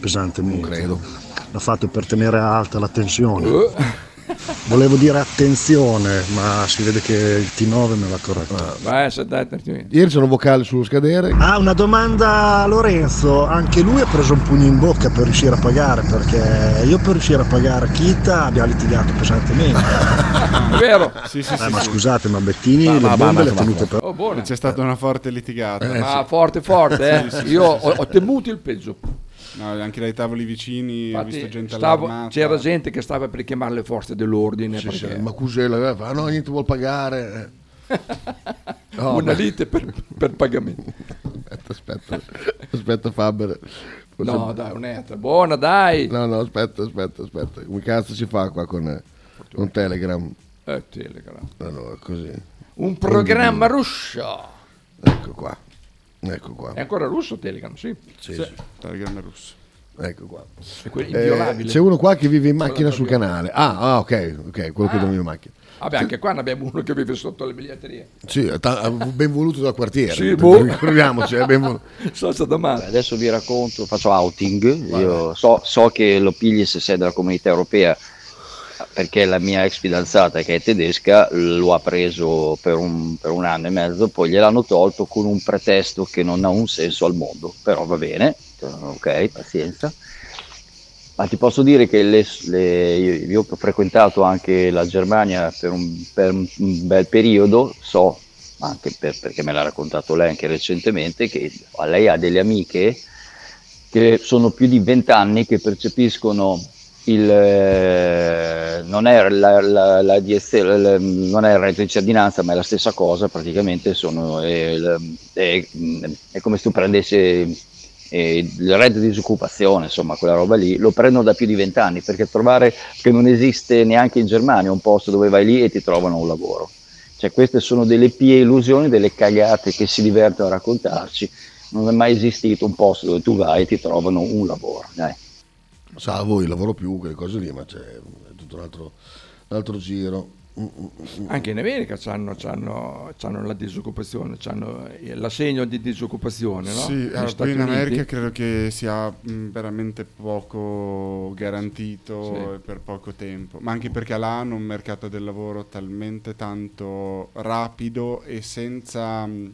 P: pesantemente.
A: credo.
P: L'ha fatto per tenere alta la tensione. Volevo dire attenzione, ma si vede che il T9 me l'ha corretto.
B: Vai, se eh, dai, dai.
A: Ieri c'era un vocale sullo scadere.
P: Ah, una domanda a Lorenzo. Anche lui ha preso un pugno in bocca per riuscire a pagare, perché io per riuscire a pagare Kita abbiamo litigato pesantemente.
B: È vero?
C: Sì, sì,
P: Eh,
C: sì.
P: ma
C: sì.
P: scusate, ma Bettini le bombe le ha tenute per...
B: Oh, buona.
C: C'è stata una forte litigata.
B: ma Ah, forte, forte. Eh.
C: Eh, Sì, sì,
B: Io
C: sì, sì,
B: ho,
C: sì.
B: ho temuto il peggio.
C: No, anche dai tavoli vicini ho
B: Infatti,
C: visto gente
B: stavo-
C: allarmata.
B: c'era gente che stava per chiamare le forze dell'ordine.
A: Sì,
B: perché
A: sì, ma Cusella eh, fa no, niente vuol pagare. Eh. No,
B: una
A: beh.
B: lite per, per pagamento.
A: Aspetta, aspetta, aspetta Faber. Forse-
B: No, dai, un'etta. Buona, dai.
A: No, no, aspetta, aspetta, aspetta. Come cazzo si fa qua con, con Telegram?
B: Eh, Telegram.
A: Allora, così.
B: Un programma russo.
A: Ecco qua. Ecco qua.
B: È ancora russo Telegram, sì.
A: Sì, sì.
C: Telegram è russo.
A: Ecco qua.
B: È quello
A: Eh,
B: inviolabile.
A: c'è uno qua che vive in macchina sul canale. Ah, ah, ok, ok, quello che
B: Ah.
A: dorme in macchina.
B: Vabbè, anche qua ne abbiamo uno che vive sotto le biglietterie.
A: Sì, ta- ben voluto dal quartiere.
B: Sì, boh.
A: Ricordiamoci, eh, è ben voluto.
J: Adesso vi racconto, faccio outing, io so, so che lo pigli se sei della comunità europea perché la mia ex fidanzata che è tedesca lo ha preso per un, per un anno e mezzo, poi gliel'hanno tolto con un pretesto che non ha un senso al mondo, però va bene, ok, pazienza. Ma ti posso dire che le- le- io, io ho frequentato anche la Germania per un, per un bel periodo, so, ma anche per- perché me l'ha raccontato lei anche recentemente, che lei ha delle amiche che sono più di vent'anni che percepiscono il eh, non è la, la- la DSL, l- non è il reddito di cittadinanza, ma è la stessa cosa, praticamente sono eh, l- è, è come se tu prendessi eh, il reddito di disoccupazione, insomma, quella roba lì, lo prendono da più di vent'anni perché trovare che non esiste neanche in Germania un posto dove vai lì e ti trovano un lavoro. Cioè, queste sono delle pie illusioni, delle cagate che si divertono a raccontarci. Non è mai esistito un posto dove tu vai e ti trovano un lavoro. Dai.
A: Salvo il lavoro più, quelle cose lì, ma c'è è tutto un altro, un altro giro.
B: Anche in America c'hanno, c'hanno- c'hanno la disoccupazione, c'hanno eh, l'assegno di disoccupazione, no?
C: Sì,
B: Negli
C: allora,
B: Stati
C: qui in America
B: Uniti.
C: credo che sia mh, veramente poco garantito
B: Sì.
C: e per poco tempo, ma anche perché là hanno un mercato del lavoro talmente tanto rapido e senza... mh,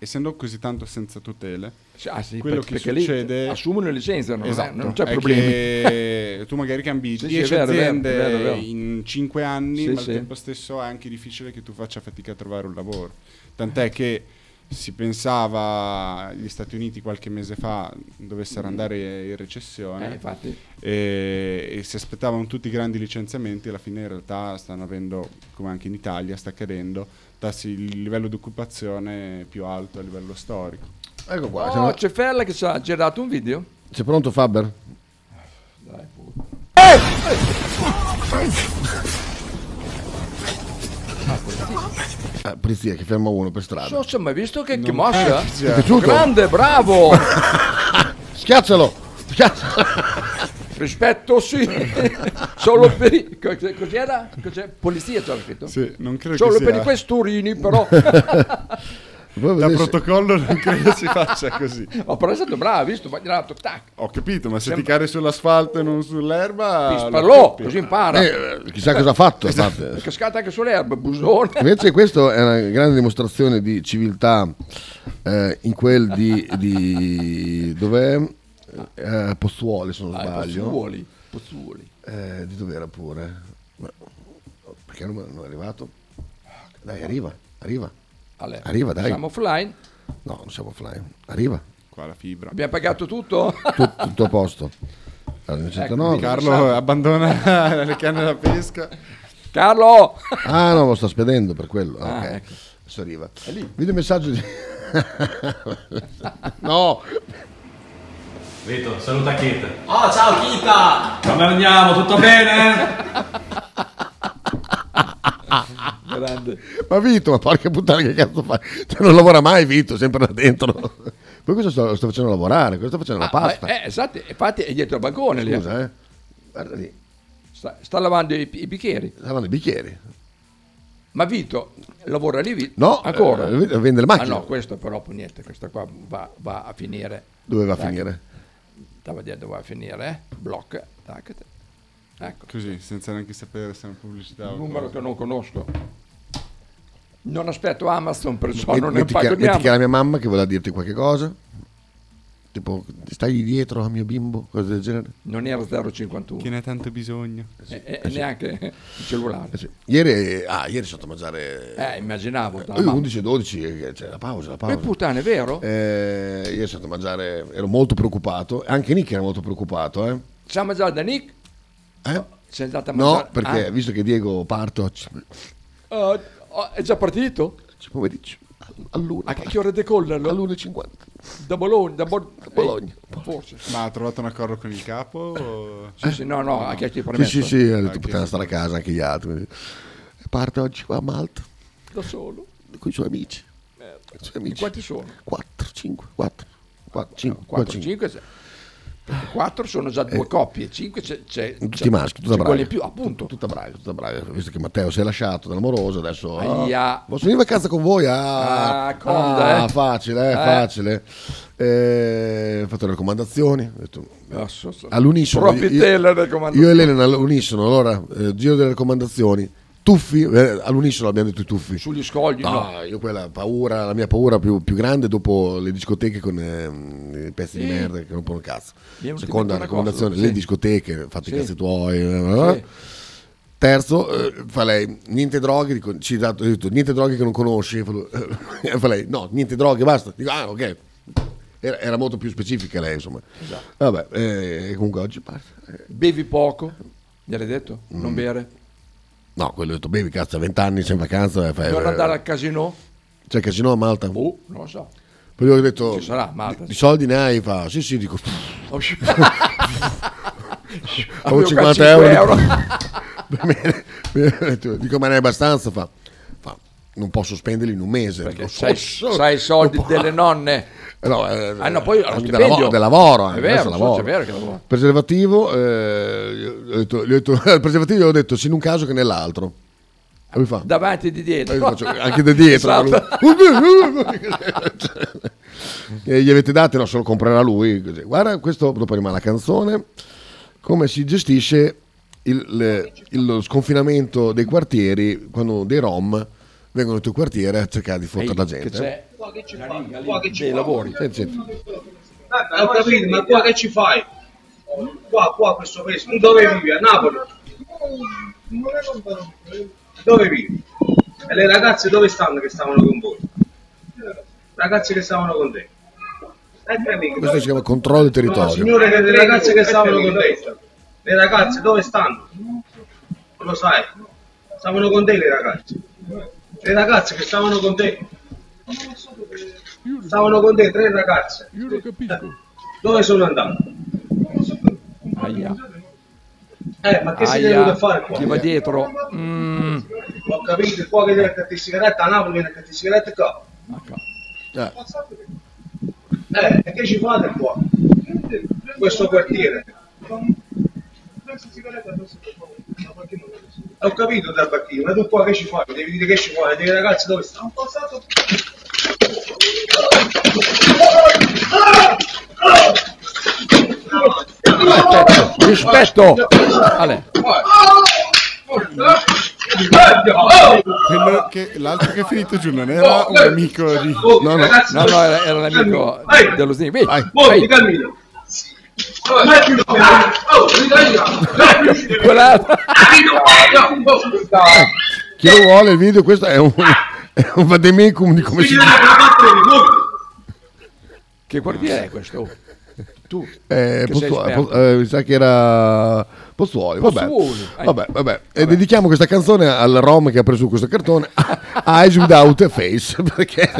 C: essendo così tanto senza tutele,
B: Ah, sì,
C: quello
B: perché-
C: che
B: perché lì
C: succede...
B: assumono e licenziano, non è-
C: Esatto,
B: non c'è
C: è
B: problemi.
C: che tu magari cambi
B: Sì, sì, è vero,
C: 10
B: è vero, è
C: aziende
B: vero, è vero.
C: in 5 anni,
B: Sì,
C: ma al
B: sì.
C: tempo stesso è anche difficile che tu faccia fatica a trovare un lavoro. Tant'è che si pensava gli Stati Uniti qualche mese fa dovessero andare in recessione
B: Mm. Eh, infatti.
C: e, e si aspettavano tutti grandi licenziamenti alla fine in realtà stanno avendo come anche in Italia sta accadendo tassi il livello di occupazione più alto a livello storico
A: ecco
B: Oh, c'è Fella che ci ha girato un video.
A: Sei pronto Faber?
C: Eh!
B: Eh!
A: Ah, polizia che ferma uno per strada.
B: Non si è mai visto che, che
A: Non-
B: mossa?
A: Eh, sì, è piaciuto?
B: Grande, bravo!
A: Schiaccialo! Schiaccialo!
B: Rispetto sì, solo per i... co- Cos'era? Cos'è? Polizia c'era scritto?
C: Sì, non credo che
B: Solo
C: sia-
B: per i questurini però.
C: da protocollo non credo si faccia così
B: Ho però è stato bravo, hai visto? Ma girato, tac,
C: Ho capito, ma se
B: Sembra-
C: ti cade sull'asfalto e non sull'erba.
A: Ah,
B: ti
C: lo
B: sparlò,
C: colpi.
B: così impara.
A: Eh, chissà cosa ha fatto. infatti.
B: È cascata anche sull'erba, busone.
A: Invece questa è una grande dimostrazione di civiltà eh, in quel di... di dov'è? Eh, Pozzuoli se non
B: Ah,
A: sbaglio.
B: Pozzuoli, Pozzuoli.
A: Eh, di dov'era pure? Ma- Perché non non è arrivato? Dai, arriva, arriva.
B: Ale,
A: Arriva, dai.
B: Siamo offline,
A: No, non siamo offline. Arriva.
C: Qua la fibra.
B: abbiamo pagato tutto.
A: Tut- tutto Certo, a posto. Allora, 909.
B: Ecco,
C: Carlo abbandona le canne da pesca.
B: Carlo!
A: Ah, no, lo sta spedendo per quello. Ah,
B: Ah,
A: ok.
B: ecco.
A: Adesso arriva.
B: È lì.
A: Vedo il messaggio di... no!
Q: Vito, saluta Kit.
R: Oh, ciao Kita!
Q: Come andiamo? Tutto bene?
B: Grande.
A: Ma Vito, ma porca puttana che cazzo fai? Cioè, non lavora mai Vito, sempre là dentro. Poi questo sto, lo sto facendo lavorare, questo sto facendo la pasta.
B: Eh, esatto, infatti è dietro al balcone lì.
A: Scusa, eh. Guarda lì.
B: Sta, sta lavando i, i bicchieri.
A: Lavano i bicchieri.
B: Ma Vito lavora lì? Vito?
A: No,
B: ancora.
A: eh, vende le macchine.
B: Ah no, questo però niente, questa qua va, va a finire.
A: Dove va a
B: Tac.
A: finire?
B: Stava dicendo dove va a finire, eh? Block. Tac. Ecco.
C: Così, senza neanche sapere se è una pubblicità. o
B: Un numero
C: cosa.
B: che non conosco. Non aspetto Amazon, perciò
A: Met-
B: non ne
A: metti, che, metti che
B: parliamo.
A: era mia mamma che voleva dirti qualche cosa. Tipo, stai dietro a mio bimbo, cose del genere.
B: Non era 0,51.
C: Che ne ha tanto bisogno.
B: E, e- e Eh, neanche il cellulare.
A: Eh sì. Ieri, ah, ieri sono andato a mangiare...
B: Eh, immaginavo.
A: Eh, 11-12, c'è la pausa, la pausa.
B: E puttana, è vero?
A: Eh, io sono andato a mangiare, ero molto preoccupato, anche Nick era molto preoccupato. Eh.
B: Siamo mangiato da Nick? Oh,
A: Eh?
B: Sei andata a mangiare?
A: No, perché
B: Ah.
A: visto che Diego parto, ci,
B: Oh, oh, è già partito?
A: ci pomeriggio, all'una.
B: A che che ora decolla?
A: All'1.50.
B: Da Bologna, da, Bo-
A: Bologna.
B: Eh, forse.
C: Ma ha trovato un accordo con il capo? o-
B: Sì, sì, no, no, ha chiesto il
A: Sì,
B: permesso.
A: sì, sì, eh. ho detto
C: Ah,
A: potevano stare a casa anche gli altri. quindi. Parte oggi qua a Malta,
B: Da solo.
A: con i suoi amici. I suoi
B: E
A: amici.
B: quanti sono?
A: 4, 5, 4, 4, 5,
B: 4, 5, 6. 4 sono già
A: Eh.
B: due coppie, 5 c'è, c'è,
A: Tutti
B: c'è-
A: maschi, tutta
B: c'è quello
A: braga.
B: in Cioè, più, appunto.
A: Tutta braga, tutta braga. Visto che Matteo si è lasciato dall'amoroso, adesso... ah,
B: Aia.
A: posso venire in vacanza con voi? Ah,
B: Ah, conda,
A: ah,
B: eh.
A: facile, eh,
B: Eh.
A: facile. Eh, ho fatto le raccomandazioni. ho detto,
B: Asso, Ah, so-
A: all'unisono.
B: Proprio
A: io-
B: te le raccomandazioni.
A: Io e Elena all'unisono, allora, eh, giro delle raccomandazioni. Tuffi, eh, all'unisono abbiamo detto i tuffi.
B: Sugli scogli,
A: No,
B: no.
A: io quella paura, la mia paura più, più grande dopo le discoteche con ehm, i pezzi di
B: Sì.
A: merda che rompono il cazzo.
B: Io ti metto
A: Seconda
B: una
A: raccomandazione,
B: cosa,
A: le
B: sì.
A: discoteche, fatti
B: Sì.
A: i cazzi tuoi. eh, eh. Terzo, eh, fa lei, niente droghe, dico, ci dato- ho detto, niente droghe che non conosci. Fa, lui- fa lei, no, niente droghe, basta. Dico, ah, ok. Era, era molto più specifica lei, insomma.
B: Esatto.
A: Vabbè, eh, comunque oggi parte.
B: Bevi poco, gli hai detto? Non
A: Mm.
B: bere?
A: No, quello ho detto, bevi cazzo, a cioè 20 anni sei in vacanza, eh, fai,
B: Non andare al casino?
A: c'è il casino a Malta.
B: Boh, non lo so.
A: Poi gli ho detto,
B: Ci sarà, Malta.
A: di soldi ne hai? Fa, sì sì, dico,
B: Oh, sh-
A: avevo
B: Avevo
A: 50
B: qua
A: euro.
B: 5
A: Dico, "Va bene." dico, ma ne hai abbastanza? Fa, fa, non posso spenderli in un mese.
B: Perché
A: Dico,
B: sai,
A: Oh, "So- so-
B: sai i soldi delle nonne.
A: No, eh,
B: ah no, poi
A: da
B: lo
A: lavo-
B: stipendio.
A: da lavoro, anche,
B: È vero,
A: eh, adesso
B: so,
A: lavoro.
B: c'è vero che lavoro.
A: Preservativo, eh, gli ho detto, gli ho detto- al preservativo gli ho detto sia in un caso che nell'altro. E lui fa,
B: davanti e di dietro.
A: Eh, Io faccio anche da dietro.
B: Esatto.
A: E gli avete date, no, se lo comprerà lui. così. Guarda, questo dopo rimane la canzone. Come si gestisce il, le- il- lo sconfinamento dei quartieri quando dei rom vengono nel tuo quartiere a cercare di fottere la gente?
B: Che c'è la linea lì dei lavori.
A: Senti, senti.
S: Ho capito, ma qua che ci fai? Qua, qua, questo paese. Tu dove vivi? A Napoli? Dove vivi? E le ragazze dove stanno che stavano con voi? Ragazze che stavano con te. Eh, tre amiche,
A: Questo si chiama controllo del
S: No,
A: territorio.
S: signore, le ragazze
A: eh,
S: che stavano con te. Le ragazze dove stanno? Lo sai. Stavano con te le ragazze. Le ragazze che stavano con te. Stavano con te tre ragazze. Io lo capisco. Dove sono andate?
B: Aia.
S: Eh, ma che si
B: Aia.
S: deve fare qua?
B: Chi va dietro? Mm.
S: Ho capito, qua che viene a catti sigarette a Napoli, viene a catti sigarette qua.
A: Eh.
S: Eh, e che ci fate qua? Questo quartiere. Ho capito da partire, ma tu qua che ci fai? Devi dire che ci fai, devi ragazzi dove stanno?
B: Rispetto. Ale.
C: Quello che- l'altro che è finito giù non era un amico di...
B: No, no, no, no, era, era l'amico
C: Vai.
B: dello Zini. Vai, vai.
C: Muoviti,
S: Oh,
B: Quell'altro.
S: Oh,
A: Chi lo vuole il video, questo è un, è un vademecum di come si
B: Che quartiere è questo? Tu.
A: Eh,
B: che sei
A: Pozzuoli,
B: esperto.
A: Poz- eh, mi sa che era Pozzuoli, vabbè.
B: Pozzuoli, eh.
A: Vabbè, vabbè. E dedichiamo questa canzone al rom che ha preso questo cartone Eyes Without a Face perché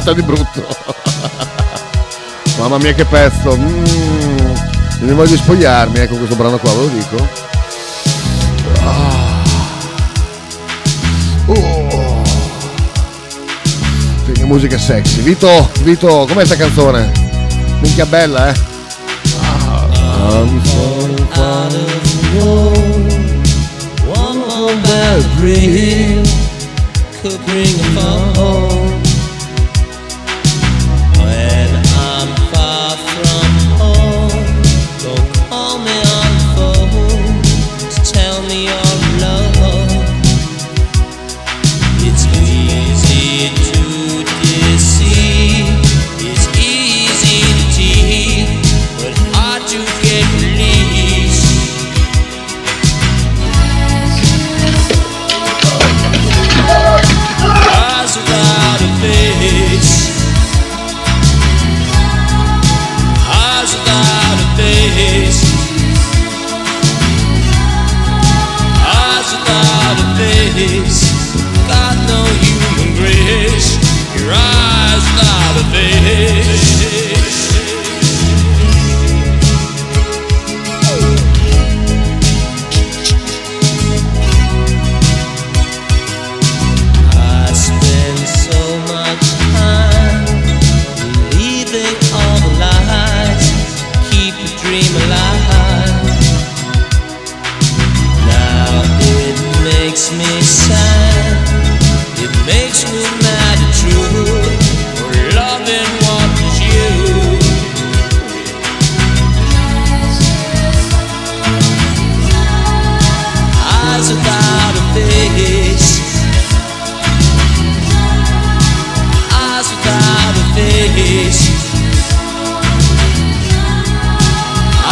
A: sta di brutto mamma mia che pezzo mm, non voglio spogliarmi ecco questo brano qua ve lo dico Ah. Oh. Che musica sexy Vito, Vito com'è sta canzone? minchia bella eh I'm
T: Um,
A: falling
T: out of your One more bad breath could bring a fall. When I'm far from home, don't call me on the phone to tell me your love. It's easy to deceive, it's easy to cheat, but hard to get released.
M: Ah,
T: Eyes without a face. Eyes without a face. Eyes without a face. Got no human grace. Your eyes without a face. I spend so much time believing all the lies, keep the dream alive. Now it makes me sad, it makes me mad at you for loving what was you. Eyes without a face. eyes without a face.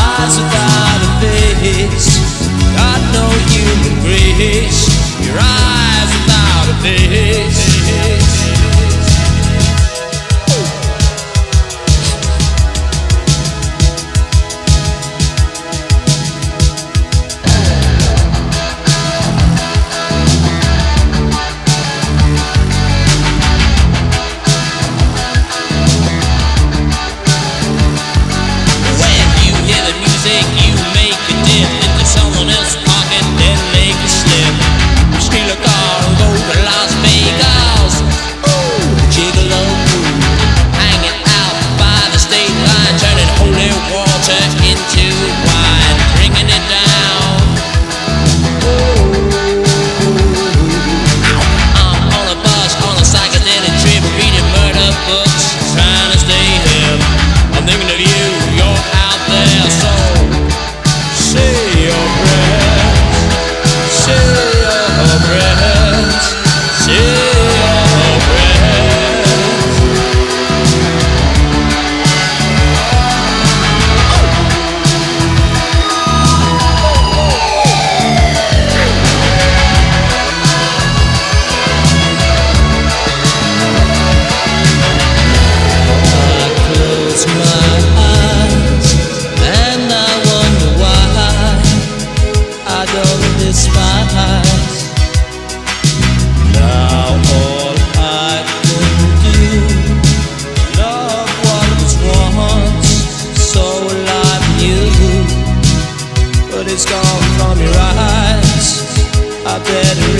T: Eyes without a face. Got no human grace. Your eyes without a face. When you hear the music, you make a dip into someone else's pocket, then make a slip. You steal a car and go to Las Vegas. Ooh,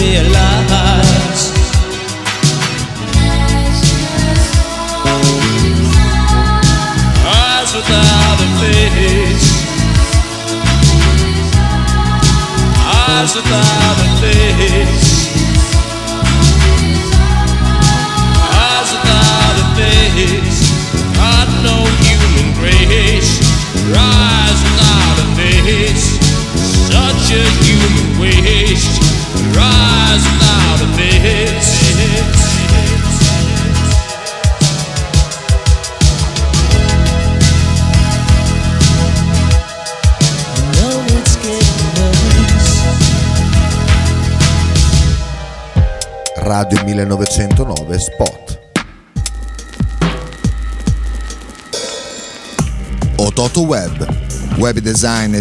T: realize eyes without a face eyes without a face eyes without a face God no human grace eyes without a face such a human waste rise without a face
U: know it's getting worse.
A: Radio 1909 Spot. Ototo Web, web design e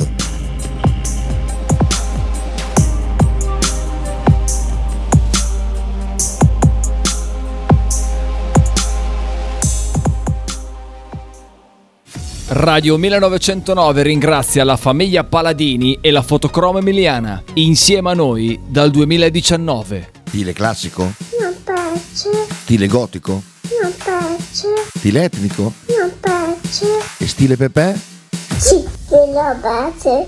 M: Radio 1909 ringrazia la famiglia Paladini e la fotocromo emiliana, insieme a noi dal 2019.
A: Stile classico?
V: Non piace,
A: Stile gotico?
V: non piace,
A: Stile etnico?
V: non piace.
A: E stile Pepe?
V: Sì, quello base.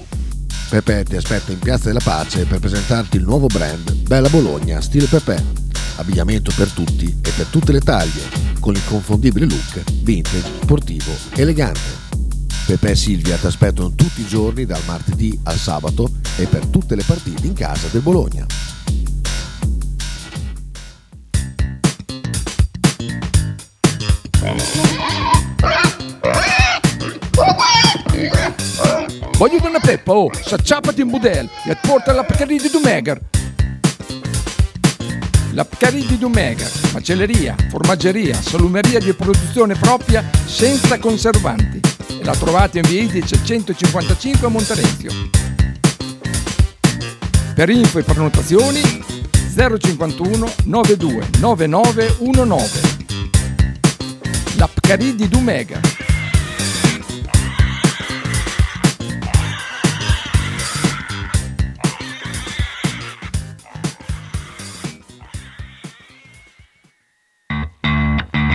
A: Pepe ti aspetta in Piazza della Pace per presentarti il nuovo brand Bella Bologna Stile Pepe. Abbigliamento per tutti e per tutte le taglie, con l'inconfondibile look vintage, sportivo, elegante. Pepe e Silvia ti aspettano tutti i giorni dal martedì al sabato e per tutte le partite in casa del Bologna.
B: Voglio una peppa, oh, s'acciappati in budel e porta la Pcaridi di Dumegar. La Pcaridi di Dumegar, macelleria, formaggeria, salumeria di produzione propria senza conservanti. E la trovate in via Idice 155 a Monterezio. Per info e prenotazioni 051 92 9919. La Pcaridi di Dumegar.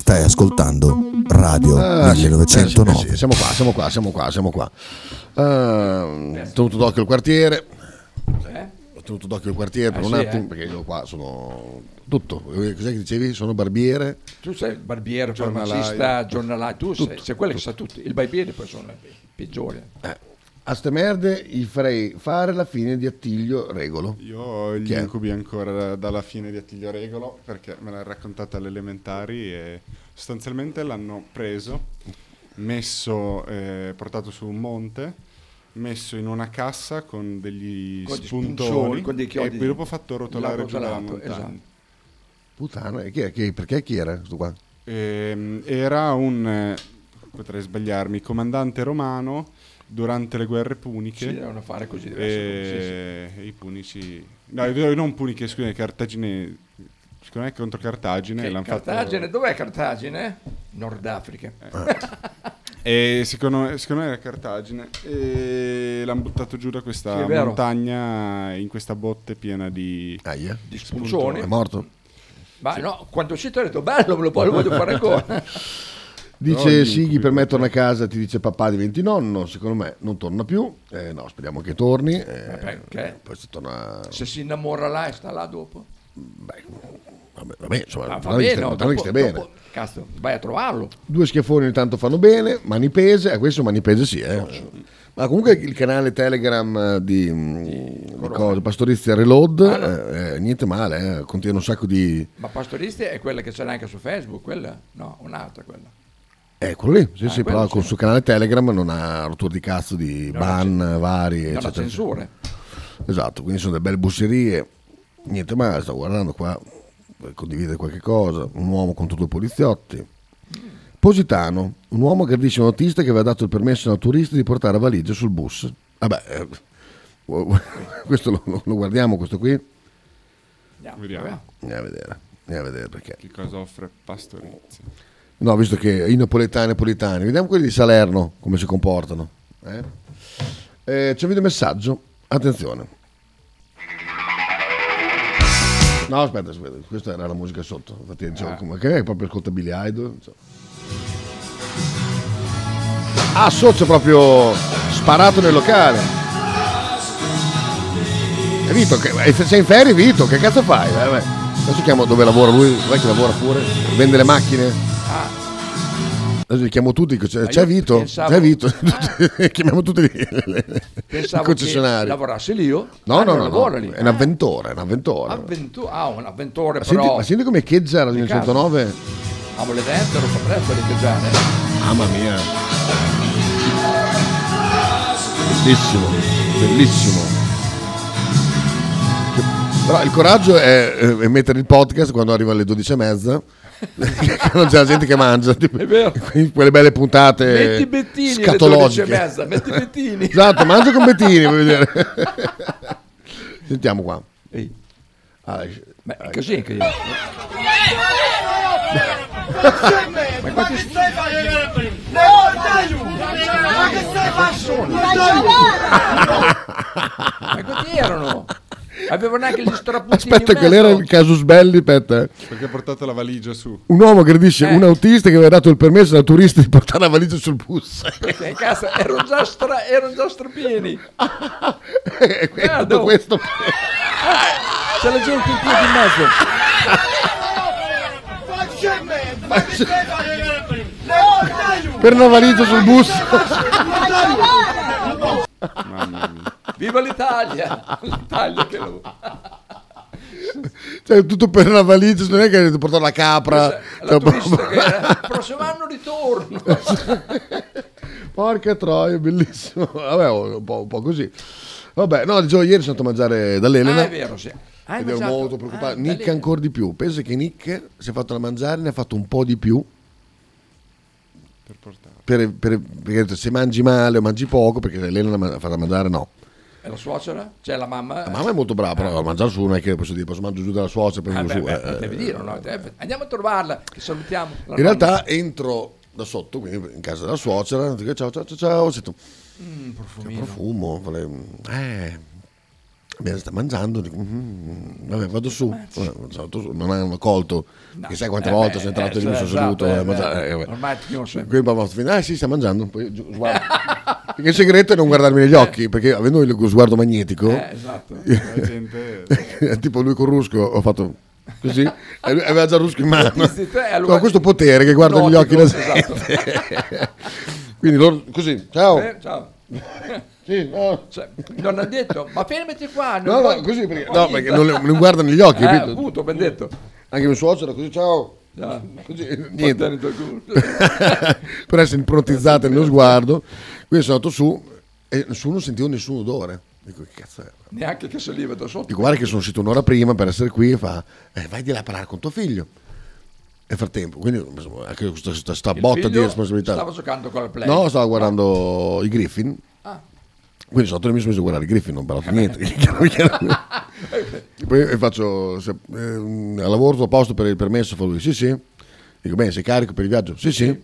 A: Stai ascoltando Radio
P: Ah, sì,
A: 1909.
P: sì, sì, siamo qua, siamo qua, siamo qua, siamo qua. Ehm, ho tenuto d'occhio il quartiere. Ho tenuto d'occhio il quartiere per
B: Ah,
P: un
B: sì,
P: attimo,
B: eh?
P: perché io qua sono tutto. Eh, Cos'è che dicevi? Sono barbiere.
B: Tu sei barbiere,
P: Giornalaio.
B: farmacista, giornalaio, tu sei,
P: Tutto,
B: sei quello che sa tutto. Il barbiere poi sono i peggiori.
P: A ste merde gli farei fare la fine di Attilio Regolo.
C: Io ho gli
P: Chi è?
C: incubi ancora da- dalla fine di Attilio Regolo perché me l'ha raccontata alle elementari e sostanzialmente l'hanno preso, messo, eh, portato su un monte, messo in una cassa con degli
B: Con degli
C: spuntoni
B: spunzoni, con dei chiodi
C: e poi dopo fatto rotolare giù dalla
B: rotolato,
C: montagna.
B: esatto.
P: Puttana, e chi è? Chi- perché chi era questo qua?
C: Ehm, era un, eh, potrei sbagliarmi, comandante romano durante le guerre puniche. Eh,
B: Sì, erano fare così, deve
C: E i punici... No, i- non puniche, scusate, cartagine... Secondo me contro Cartagine
B: Che
C: l'hanno fatto-
B: Cartagine, dov'è Cartagine? Nord Africa. Eh,
C: E secondo me, secondo me era Cartagine e l'hanno buttato giù da
B: Sì,
C: questa
B: è vero.
C: montagna in questa botte piena di,
A: Ah,
B: Di spunzoni.
P: È morto?
B: Ma no, quando è uscito ho detto bello, me lo, poi lo voglio fare ancora.
P: Dice Sighi per me torna a casa, ti dice papà diventi nonno, secondo me non torna più, Eh, no speriamo che torni, eh,
B: perché?
P: poi si torna...
B: Se si innamora là e sta là dopo.
A: Vabbè, vabbè, insomma,
B: Ah, va
A: guarda che
B: bene,
A: stai-
B: no,
A: guarda che
B: dopo-
A: stai bene.
B: dopo- cazzo, vai a trovarlo.
A: Due schiaffoni ogni tanto fanno bene, mani pese, a questo mani pese sì, eh. Ma comunque il canale Telegram di, mm, di cosa, Pastorizia Reload,
B: Ah,
A: eh, eh, niente male, eh, contiene un sacco di...
B: Ma Pastoristi è quella che c'era anche su Facebook, quella? No, un'altra quella.
A: Eh, quello lì, sì,
B: Ah,
A: sì,
B: quello
A: però
B: sì.
A: col suo canale Telegram non ha rotture di cazzo di ban vari,
B: No, la
A: eccetera.
B: censura.
A: Esatto, quindi sono delle belle busserie. Niente male, sto guardando qua, per condividere qualche cosa. Un uomo contro due poliziotti. Positano, un uomo aggredisce un autista che aveva dato il permesso a un turista di portare valigie sul bus. Vabbè, eh, questo lo- lo- lo guardiamo, questo qui.
C: Vediamo.
A: Andiamo a vedere, andiamo a vedere perché.
C: Che cosa offre Pastorizia?
A: No, visto che i napoletani napoletani, vediamo quelli di Salerno come si comportano. eh? Eh, c'è un videomessaggio, attenzione. No, aspetta, aspetta, questa era la musica sotto,
B: Ah.
A: infatti dicevo, come che è proprio ascolta Billy Idol. insomma. Ah, sotto è proprio sparato nel locale. E Vito, che, eh, se sei in ferie Vito, che cazzo fai? Eh, beh, Adesso chiamo dove lavora lui, vai che lavora pure, vende le macchine.
B: Ah,
A: Adesso li chiamo tutti, dico, c'è,
B: Ma
A: c'è
B: io
A: Vito,
B: pensavo- Ah.
A: c'è Vito, tutti- chiamiamo tutti i- i
B: pensavo che
A: concessionari.
B: lavorassi lì io.
A: No,
B: Ah,
A: no,
B: non
A: no, no,
B: lavora lì.
A: è un avventore, è un avventore.
B: Avventu- ah, un avventore
A: ma, senti,
B: però.
A: ma senti come cheggia nel
B: caso.
A: 109?
B: Ah, volete essere, fa presto a riteggiare.
A: Mamma mia. Bellissimo, bellissimo. Che- Però il coraggio è, eh, mettere il podcast quando arriva alle 12 e mezza. non c'è la gente che mangia. tipo,
B: È vero.
A: que- Quelle belle puntate
B: Metti i bettini alle 12 e
A: scatologiche.
B: mezza, metti i bettini.
A: esatto, mangia con bettini. voglio dire. Sentiamo qua. Ah,
B: Ma è così anche io.
W: Ma quanti stai facendo? No, dai! Ma che stai facendo?
B: Ma quanti erano? Avevano anche gli strapuzzini
A: Aspetta,
B: in mezzo.
A: quell'era il casus belli, aspetta.
C: Perché ha portato la valigia su.
A: Un uomo aggredisce
B: Eh.
A: un autista che aveva dato il permesso al turista di portare la valigia sul bus.
B: Eh, cazzo, erano già, stra- erano già strapieni. oh.
A: E que- tutto questo.
B: Eh, C'è la gente in piedi in mezzo.
A: Per una valigia sul bus.
B: Viva l'Italia! L'Italia che lo...
A: Cioè, tutto per una valigia, non è che devi portare la capra.
B: La
A: Cioè,
B: turista
A: proprio-
B: che era, "Il prossimo anno ritorno.
A: Porca troia, bellissimo. Vabbè, un po', un po' così. Vabbè, no, dicevo, ieri sono andato a mangiare dall'Elena.
B: Ah, è vero, sì. Ah, hai
A: Ed ero
B: mangiato?
A: molto preoccupato.
B: Ah,
A: Nick
B: dall'Elena.
A: ancora di più. Pensa che Nick si è fatto da mangiare, ne ha fatto un po' di più.
C: Per portare.
A: per- per- perché ha detto, se mangi male o mangi poco, perché Elena la fa da mangiare, no.
B: Ah. E la suocera? C'è la mamma?
A: La mamma è molto brava, però a mangiare su non è che posso dire, posso mangiare giù dalla suocera e
B: Ah,
A: prendo
B: beh,
A: su.
B: beh,
A: eh,
B: devi
A: eh.
B: dire, no? Eh, Andiamo a trovarla, che salutiamo. La
A: In realtà
B: nonna.
A: entro da sotto, quindi in casa della suocera, dico ciao ciao ciao ciao, sento
B: Mm,
A: che
B: profumino.
A: Cioè, profumo, vole- eh, mi sta mangiando, dico, "Mm, vabbè vado su, Vabbè, sono andato su, non hanno colto, che sai quante
B: Eh,
A: volte
B: beh,
A: sono entrato
B: eh,
A: lì, mi sono
B: esatto,
A: seduto,
B: eh,
A: a mangiare,
B: beh,
A: eh, vabbè.
B: ormai ti conosce.
A: Quindi papà, ah sì sta mangiando, poi giu- sguardo. Perché il segreto è non guardarmi negli occhi, perché avendo il sguardo magnetico,
B: Eh, esatto.
C: La gente-
A: tipo lui con Rusco ho fatto così e lui aveva già il Rusco in mano
B: Sì, sì, te,
A: Ho
B: allora- esatto.
A: questo potere che guarda negli occhi
B: Notico,
A: la gente quindi loro così ciao
B: Eh, ciao.
A: Sì, no.
B: Cioè, non ha detto, ma fermati qua.
A: No, no, così perché- no, perché non le- non guarda negli occhi,
B: Eh,
A: capito?
B: appunto, ben detto.
A: anche mio suocero così ciao
B: Ciao.
A: Così,
B: Portare
A: niente
B: il tuo culo.
A: per essere improntizzate nello sguardo quindi sono andato su e nessuno sentiva nessun odore dico che cazzo è
B: Neanche che saliva da sotto.
A: Dico, guarda che sono uscito un'ora prima per essere qui e fa, eh, vai di là a parlare con tuo figlio. Nel frattempo, quindi insomma, anche questa, questa- sta
B: Il
A: botta di
B: figlio
A: responsabilità.
B: Stava giocando con la play.
A: No, stavo guardando i Griffin.
B: Ah.
A: Quindi sono tornato e mi sono messo a guardare i Griffin, non ho parlato niente. Chiaro, chiaro.
B: Eh,
A: Poi faccio, se, eh, al lavoro tu a posto per il permesso? Fa lui, sì sì. Dico, bene, sei carico per il viaggio? Sì sì.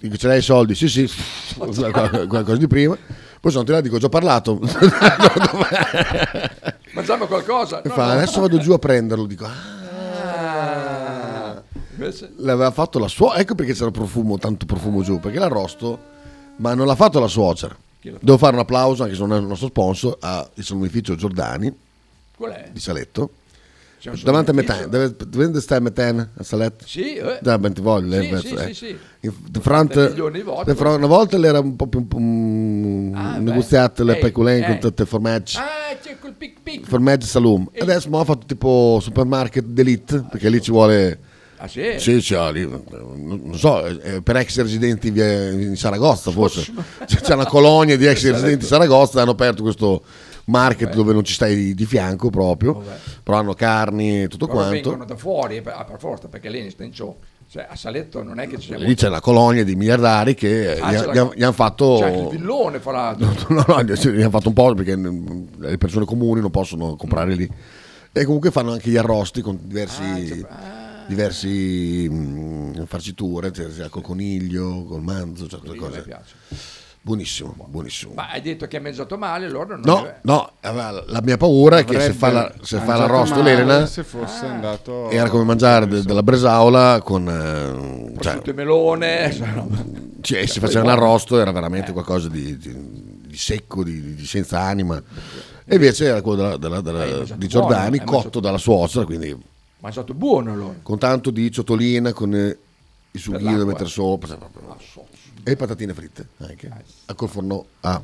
A: Dico, ce l'hai i soldi? Sì sì. Qual- qual- Qualcosa di prima. Poi sono tornato e dico, già ho parlato.
B: Mangiamo qualcosa?
A: E
B: No,
A: fa,
B: no.
A: adesso vado giù a prenderlo. Dico, ah.
B: Ah. Invece,
A: l'aveva fatto la suocera. Ecco perché c'era profumo, tanto profumo giù, perché l'arrosto, ma non l'ha fatto la suocera.
B: Chi l'ha fatto?
A: Devo fare un applauso, anche se non è il nostro sponsor, al salumificio Giordani
B: qual è?
A: di Saletto, davanti a Meten, dove dove sta Meten a Salette?
B: Sì, eh.
A: davanti voglio.
B: Sì, sì, sì, sì.
A: De front,
B: Quante milioni di volte.
A: de front- una volta l'era un po' più un negoziato le
B: Eh,
A: peculenti
B: eh.
A: con tutti i formaggi.
B: Ah, c'è quel pic pic. Eh.
A: Formaggi Saloon. Adesso mo ha fatto tipo supermarket d'elite perché lì ci vuole
B: Ah, sì?
A: Sì, sì, ah, lì, eh, non non so, eh, eh, per ex residenti in via- in Saragozza forse. C'è c'è una colonia di ex residenti di Saragozza, hanno aperto questo market dove non ci stai di, di fianco proprio, però hanno carni e tutto
B: Però vengono
A: quanto.
B: da fuori eh, per, ah, per forza, perché lì in Stencio, cioè a Saletto non è che ci sia
A: Lì
B: molto-
A: c'è la colonia di miliardari che eh,
B: Ah,
A: gli,
B: c'è
A: ha-
B: la-
A: gli ha- gli hanno fatto...
B: C'è anche il villone, fra l'altro.
A: no, no, gli gli hanno fatto un po' perché mm, le persone comuni non possono comprare lì. E comunque fanno anche gli arrosti con diversi, diversi mm, farciture, cioè, sia col coniglio, col manzo, cioè, tutte
B: mi
A: cose.
B: piace.
A: Buonissimo, buonissimo.
B: Ma hai detto che hai mangiato male, loro non
A: No, no, aveva- la mia paura è che se
C: Avrebbe
A: fa, la, se fa l'arrosto
C: mangiato male
A: l'elena
C: se fosse
B: Ah.
C: andato
A: era come mangiare de- della bresaola con... eh, cioè,
B: Tutto il melone, cioè, no.
A: cioè, si faceva un
B: poi- Eh.
A: arrosto era veramente qualcosa di, di- di secco, di, di- di senza anima. E invece era quello della- della- della- di Giordani,
B: Eh, buono, hai
A: cotto dalla suocera, quindi
B: mangiato buono allora.
A: con tanto di ciotolina, con eh, il sughino da
B: l'acqua.
A: mettere sopra. cioè,
B: Ah,
A: proprio- E patatine fritte anche. A col forno a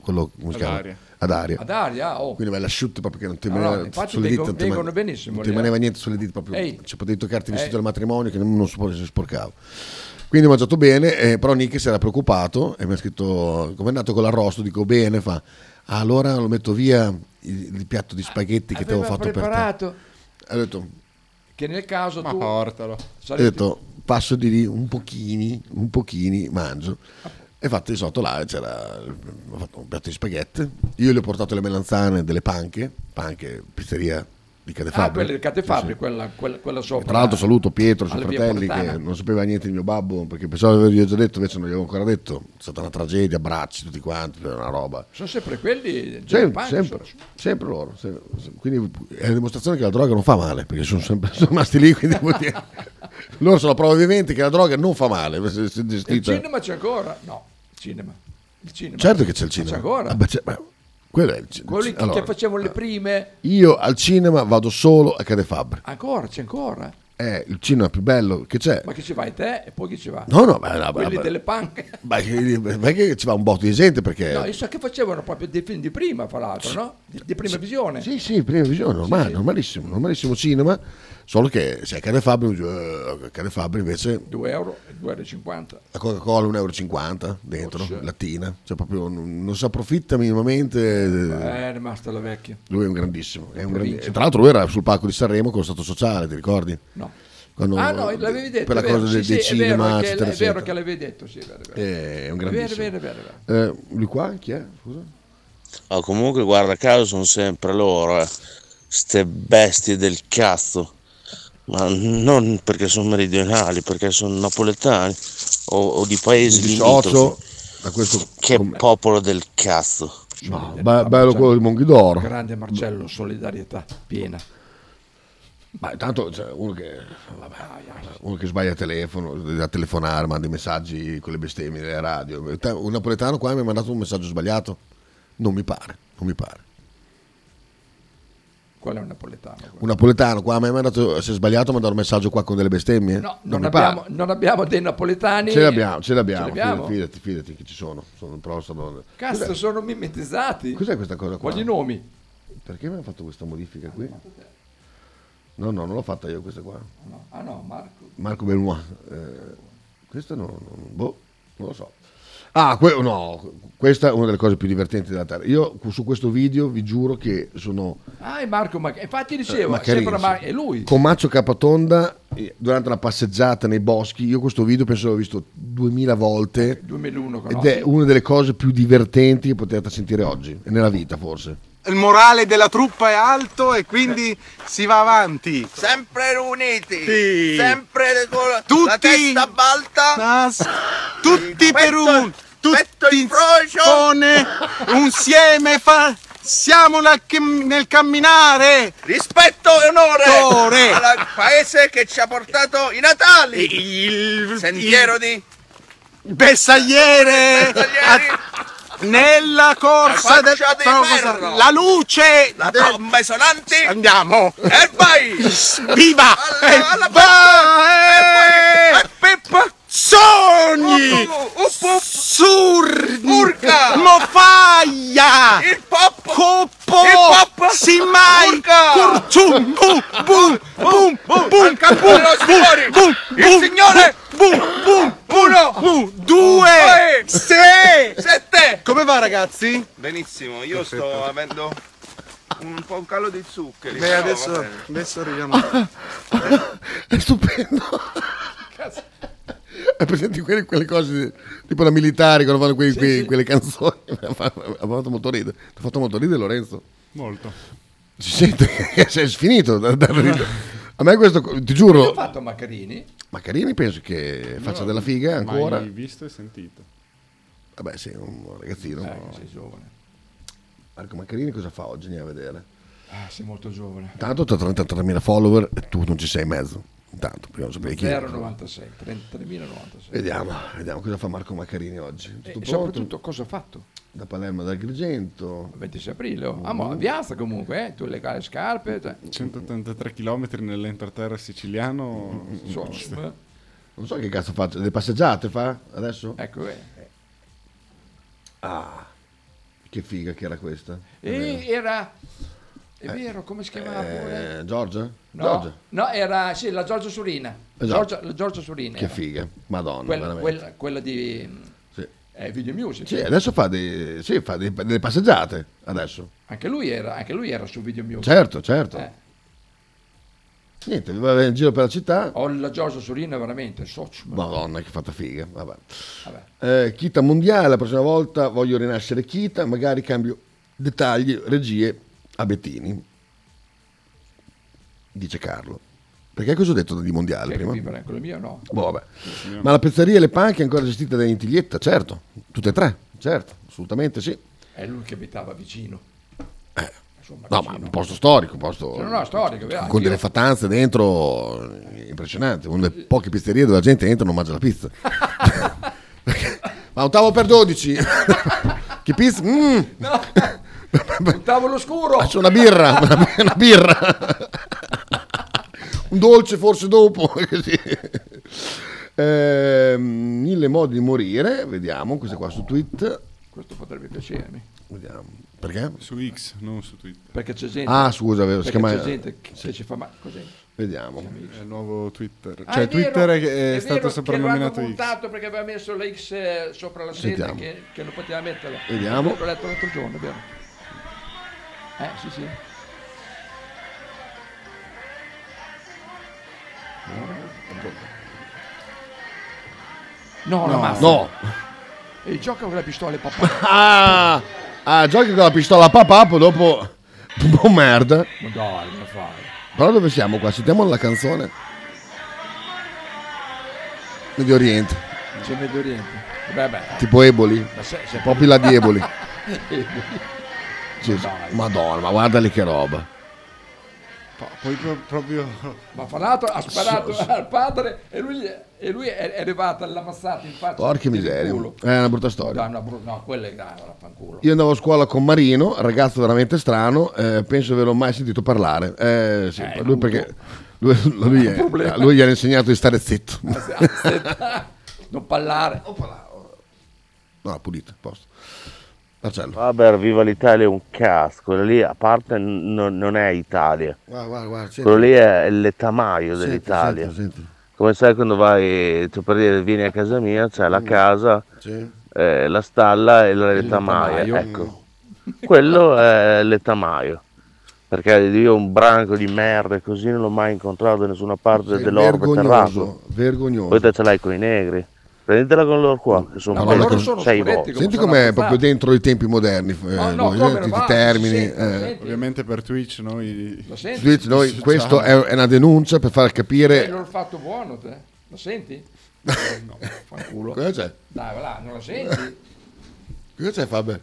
A: quello come si
B: Ad
A: chiama?
B: aria.
A: Ad aria.
B: Ad aria, oh.
A: Quindi bella asciutta proprio che non ti
B: No,
A: rimaneva
B: no, infatti
A: sulle
B: vengono-
A: dita. non ti rimaneva-
B: vengono benissimo
A: Non
B: lì,
A: ti rimaneva
B: eh.
A: niente sulle dita proprio.
B: Ehi.
A: Cioè potevi toccarti il
B: Eh.
A: vestito del matrimonio che non, non si può- si sporcava. Quindi ho mangiato bene, eh, però Nick si era preoccupato e mi ha scritto come è nato con l'arrosto, dico bene, fa "Ah, allora lo metto via il, il piatto di spaghetti che ti avevo
B: Ah, Aveva
A: fatto per te.
B: preparato
A: Ho detto,
B: che nel caso tu
C: portalo.
A: ho detto passo di lì un pochini, un pochini, mangio. E fatto di sotto là c'era ho fatto un piatto di spaghetti. Io gli ho portato le melanzane delle panche, panche pizzeria di
B: Ah,
A: Cadefabri.
B: quella del Cate Fabri, quella, quella, quella sopra.
A: Tra l'altro saluto Pietro, suo
B: alla via
A: fratelli,
B: Portana.
A: che non sapeva niente di mio babbo, perché pensavo di avergli già detto, invece non gli avevo ancora detto. È stata una tragedia, abbracci tutti quanti, cioè, una roba.
B: Sono sempre quelli...
A: Sempre,
B: del punk,
A: sempre,
B: sono-
A: sempre loro. sempre- sempre. Quindi è la dimostrazione che la droga non fa male, perché sono sempre sono rimasti lì, quindi vuol dire- loro sono la prova vivente che la droga non fa male. se- se
B: Il
A: gestita-
B: cinema c'è ancora? No, il cinema. Il cinema.
A: Certo che c'è il
B: Ma
A: cinema.
B: C'è ancora.
A: Ah, beh, c'è- beh, quello è il cin-
B: Quelli che,
A: allora, eh.
B: che facevano le prime...
A: Io al cinema vado solo a Cadefabri.
B: Ancora, c'è ancora.
A: È il cinema più bello che c'è.
B: Ma che ci vai te e poi chi ci va?
A: No, no, ma- no,
B: Quelli
A: ma-
B: delle panche.
A: Ma che- ma è che ci va un botto di gente perché...
B: No, io so che facevano proprio dei film di prima, fra l'altro, no? Di, di prima visione.
A: Sì, sì, prima visione, normale, normalissimo, normalissimo cinema, solo che se a Cane Fabri, eh, Cane Fabri invece
B: 2 euro, 2,50 euro.
A: la Coca-Cola 1,50 euro dentro,
B: Oh,
A: lattina, cioè proprio non, non si approfitta minimamente, eh,
B: Eh, è rimasta la vecchia.
A: lui è un grandissimo, è un grandi-
B: Provincia.
A: e tra l'altro lui era sul palco di Sanremo con lo Stato Sociale, ti ricordi?
B: No.
A: Quando-
B: ah no, l'avevi detto.
A: Per la
B: è vero.
A: cosa del,
B: Sì,
A: del
B: sì, è vero
A: cinema,
B: che- È
A: eccetera,
B: vero
A: eccetera.
B: che l'avevi detto, sì, è vero, è vero.
A: Eh, È un
B: È vero,
A: grandissimo.
B: è vero, è vero, è vero.
A: Eh, lui qua, chi è? Scusa?
D: Oh, comunque, guarda caso, sono sempre loro, eh. Ste bestie del cazzo. Ma non perché sono meridionali, perché sono napoletani o, o di paesi
A: Mi
D: di
A: dissocio da questo
D: Che popolo del cazzo.
B: Ah,
A: No, be- bello
B: cioè,
A: quello di Monghidoro.
B: Grande Marcello, solidarietà piena.
A: Ma intanto c'è uno che, vabbè, uno che sbaglia il telefono, da telefonare, manda i messaggi con le bestemmie della radio. Te- Un napoletano qua mi ha mandato un messaggio sbagliato. Non mi pare, non mi pare.
B: Quello è un napoletano.
A: Un napoletano qua mi ha mandato, se è sbagliato, mi ha dato un messaggio qua con delle bestemmie.
B: No,
A: non
B: non,
A: mi pare.
B: abbiamo, non abbiamo dei napoletani.
A: Ce l'abbiamo, ce l'abbiamo.
B: Ce l'abbiamo?
A: Fidati, fidati che ci sono. sono, però sono-
B: Cazzo,
A: Cos'è-
B: sono mimetizzati.
A: Cos'è questa cosa qua?
B: Voglio i nomi.
A: Perché mi hanno fatto questa modifica qui? No, no, non l'ho fatta io questa qua.
B: Ah no, Marco.
A: Marco Benoit. eh, questa no, no, boh, non lo so. Ah, que- no, questa è una delle cose più divertenti della Terra. Io cu- su questo video vi giuro che sono
B: Ah, è Marco, ma infatti
A: eh,
B: dicevo,
A: Maccarini,
B: sembra
A: sì.
B: Mar- è lui.
A: Con Maccio Capatonda eh, durante una passeggiata nei boschi, io questo video penso l'ho visto duemila volte
B: 2001 con
A: ed è una delle cose più divertenti che potete sentire oggi, e nella vita forse.
E: Il morale della truppa è alto e quindi si va avanti. Sempre uniti, sempre tutti, la testa balta, tutti per un, tutti insieme, un sieme, fa, siamo la- nel camminare. Rispetto e onore,
L: Al paese che ci ha portato i Natali.
E: Il
L: Sentiero di
E: bersagliere,
L: Bersaglieri.
E: a- Nella corsa del ferro. La luce. La tromba sonanti. Andiamo. E vai. Viva. Alla, alla vai. E Peppa. Sogni. Sur. Urca. Mofaia. Il pop. Coppo. Il pop. Si mai. Curcium. Bum. Bum. Bum. Bum. Bum. Bum. Bum. Il signore. Bum. Bum. Uno. Due. Sei. Sette. Come va ragazzi?
F: Benissimo, io sto avendo un po' un calo di zuccheri.
E: Beh,
F: però va
E: adesso,
F: bene.
E: adesso arriviamo.
A: È stupendo. È presente quelle, quelle cose tipo la militare quando fanno quei- quei- quelle canzoni. Mi ha fa- mi ha fatto molto ridere. Ti ha fatto molto ridere Lorenzo.
C: Molto.
A: Si sente che sei sfinito da- dal ridere. A me questo, ti giuro,
B: ho fatto Maccarini.
A: Maccarini penso che faccia
C: No,
A: della figa ancora.
C: Mai visto e sentito.
A: Vabbè, sei un ragazzino.
B: Eh,
A: sei giovane. Marco Maccarini cosa fa oggi? Andiamo a vedere.
B: Ah, sei molto giovane.
A: Intanto tu hai 33.000 follower e tu non ci sei in mezzo. Intanto, prima di sapere chi è.
B: 096, 33.096.
A: Vediamo, vediamo cosa fa Marco Maccarini oggi. Tutto
B: E
A: pronto?
B: Eh, soprattutto cosa ha fatto?
A: Da Palermo ad Agrigento.
B: 26 aprile. oh. Ah, ma la piazza comunque, eh, tu le le scarpe. cioè.
C: 183 km nell'entroterra siciliano.
B: So, eh.
A: Non so che cazzo faccia, delle passeggiate Ah, fa adesso?
B: Ecco, eh.
A: Ah, che figa che era questa. È
B: E era... È
A: Eh,
B: vero, come si chiamava Eh, pure?
A: vero. Eh, Giorgia?
B: No,
A: Giorgia?
B: no, era sì, la Giorgio Surina.
A: Esatto.
B: Giorgia, la Giorgio Surina. eh.
A: Che
B: era.
A: figa, madonna,
B: Quella,
A: veramente.
B: quella- quella di mm, eh, Video Music.
A: Sì, adesso fa, dei, sì, fa dei- delle passeggiate, adesso.
B: Anche lui era, anche lui era su Video Music.
A: Certo, certo.
B: Eh.
A: Niente, va in giro per la città.
B: Ho la Giorgio Surina veramente, socio.
A: Madonna, che fatta figa. Vabbè. Eh, Kita mondiale, la prossima volta voglio rinascere Kita, magari cambio dettagli, regie a Bettini. Dice Carlo. Perché cosa ho detto di mondiale
B: Che
A: prima?
B: vivere, quello mio no.
A: Boh, vabbè. Ma la pizzeria e le panche è ancora gestita da Intiglietta, certo. Tutte e tre, certo, assolutamente sì.
B: È lui che abitava vicino. Insomma,
A: No, ma un posto storico, un posto...
B: se non è storico, vero?
A: con delle fattanze dentro eh, impressionante una delle poche pizzerie dove la gente entra e non mangia la pizza ma un tavolo per 12 che pizza Mm.
B: un tavolo scuro
A: faccio una birra una bi- una birra un dolce forse dopo così. Ehm, mille modi di morire vediamo questa qua su tweet
B: Questo potrebbe piacermi.
A: Vediamo. perché?
C: Su X, non su Twitter.
B: Perché c'è gente.
A: Ah, scusa, vero, si
B: Perché
A: chiama-
B: c'è gente che, che ci fa male. Cos'è?
A: vediamo
C: È il nuovo Twitter.
B: Ah,
C: cioè,
B: è vero,
C: Twitter è, è
B: vero
C: stato
B: che
C: soprannominato
B: l'hanno
C: X.
B: multato perché aveva messo la X eh, sopra la sede
A: Sentiamo.
B: che, che non poteva metterla.
A: Vediamo.
B: L'ho letto l'altro giorno, è vero? Eh, sì, sì. No,
A: No.
B: no,
A: No.
B: E gioca con la pistola e papà.
A: ah, ah, giochi con la pistola a papà dopo un po' merda
B: Ma dai, come fai?
A: Però dove siamo qua? Sentiamo la canzone. Medio Oriente,
B: C'è Medio Oriente. Beh, beh.
A: tipo Eboli,
B: Ma se- se-
A: proprio là di Eboli.
B: Eboli.
A: Sì, sì. Madonna, ma guardali che roba.
C: Po- Poi pro- proprio...
B: Ma fra l'altro ha sparato al padre e lui, e lui è è arrivato all'ammazzata in faccia.
A: Porca miseria.
B: Culo.
A: È una brutta storia.
B: Dai, una bru- no, quella è grave, la fanculo.
A: Io andavo a scuola con Marino, ragazzo veramente strano, eh, penso di averlo mai sentito parlare. Eh, sì, lui perché lui, lui, è-
B: problema.
A: lui gli ha insegnato di stare zitto.
C: Ah,
B: non parlare.
A: no, pulito, a posto. Marcello.
D: Vabbè, viva l'Italia è un casco, quello lì a parte n- non, non è Italia.
A: Guarda, guarda, guarda, senti.
D: Quello lì è l'etamaio
A: Senti,
D: dell'Italia.
A: senti, senti.
D: Come sai quando vai, tu per dire vieni a casa mia, c'è la casa,
A: Mm. Sì.
D: eh, la stalla e l'etamaio.
A: letamaio.
D: Ecco. Quello è l'etamaio. Perché io un branco di merda così non l'ho mai incontrato da nessuna parte
A: Sei
D: dell'orbe terracqueo.
A: vergognoso, vergognoso.
D: Poi te ce l'hai con i negri. Prendetela con loro qua, che sono
A: No, ma loro
D: peggio,
A: sono
D: sei
A: scuretti
D: volte.
A: Senti com'è proprio dentro i tempi moderni, eh,
C: Ah, no,
A: Luigi,
C: come
A: senti
C: va?
A: i termini.
C: Sì,
A: eh.
C: Ovviamente per Twitch noi...
A: Luigi, noi-
C: Sì,
A: questo è,
C: ciao.
A: è una denuncia per far
B: Eh,
A: capire.
B: l'ho fatto buono, te. Lo senti? No, fanculo.
A: Cosa c'è?
B: Dai, va là, non lo senti?
A: Cosa c'è, Fabio?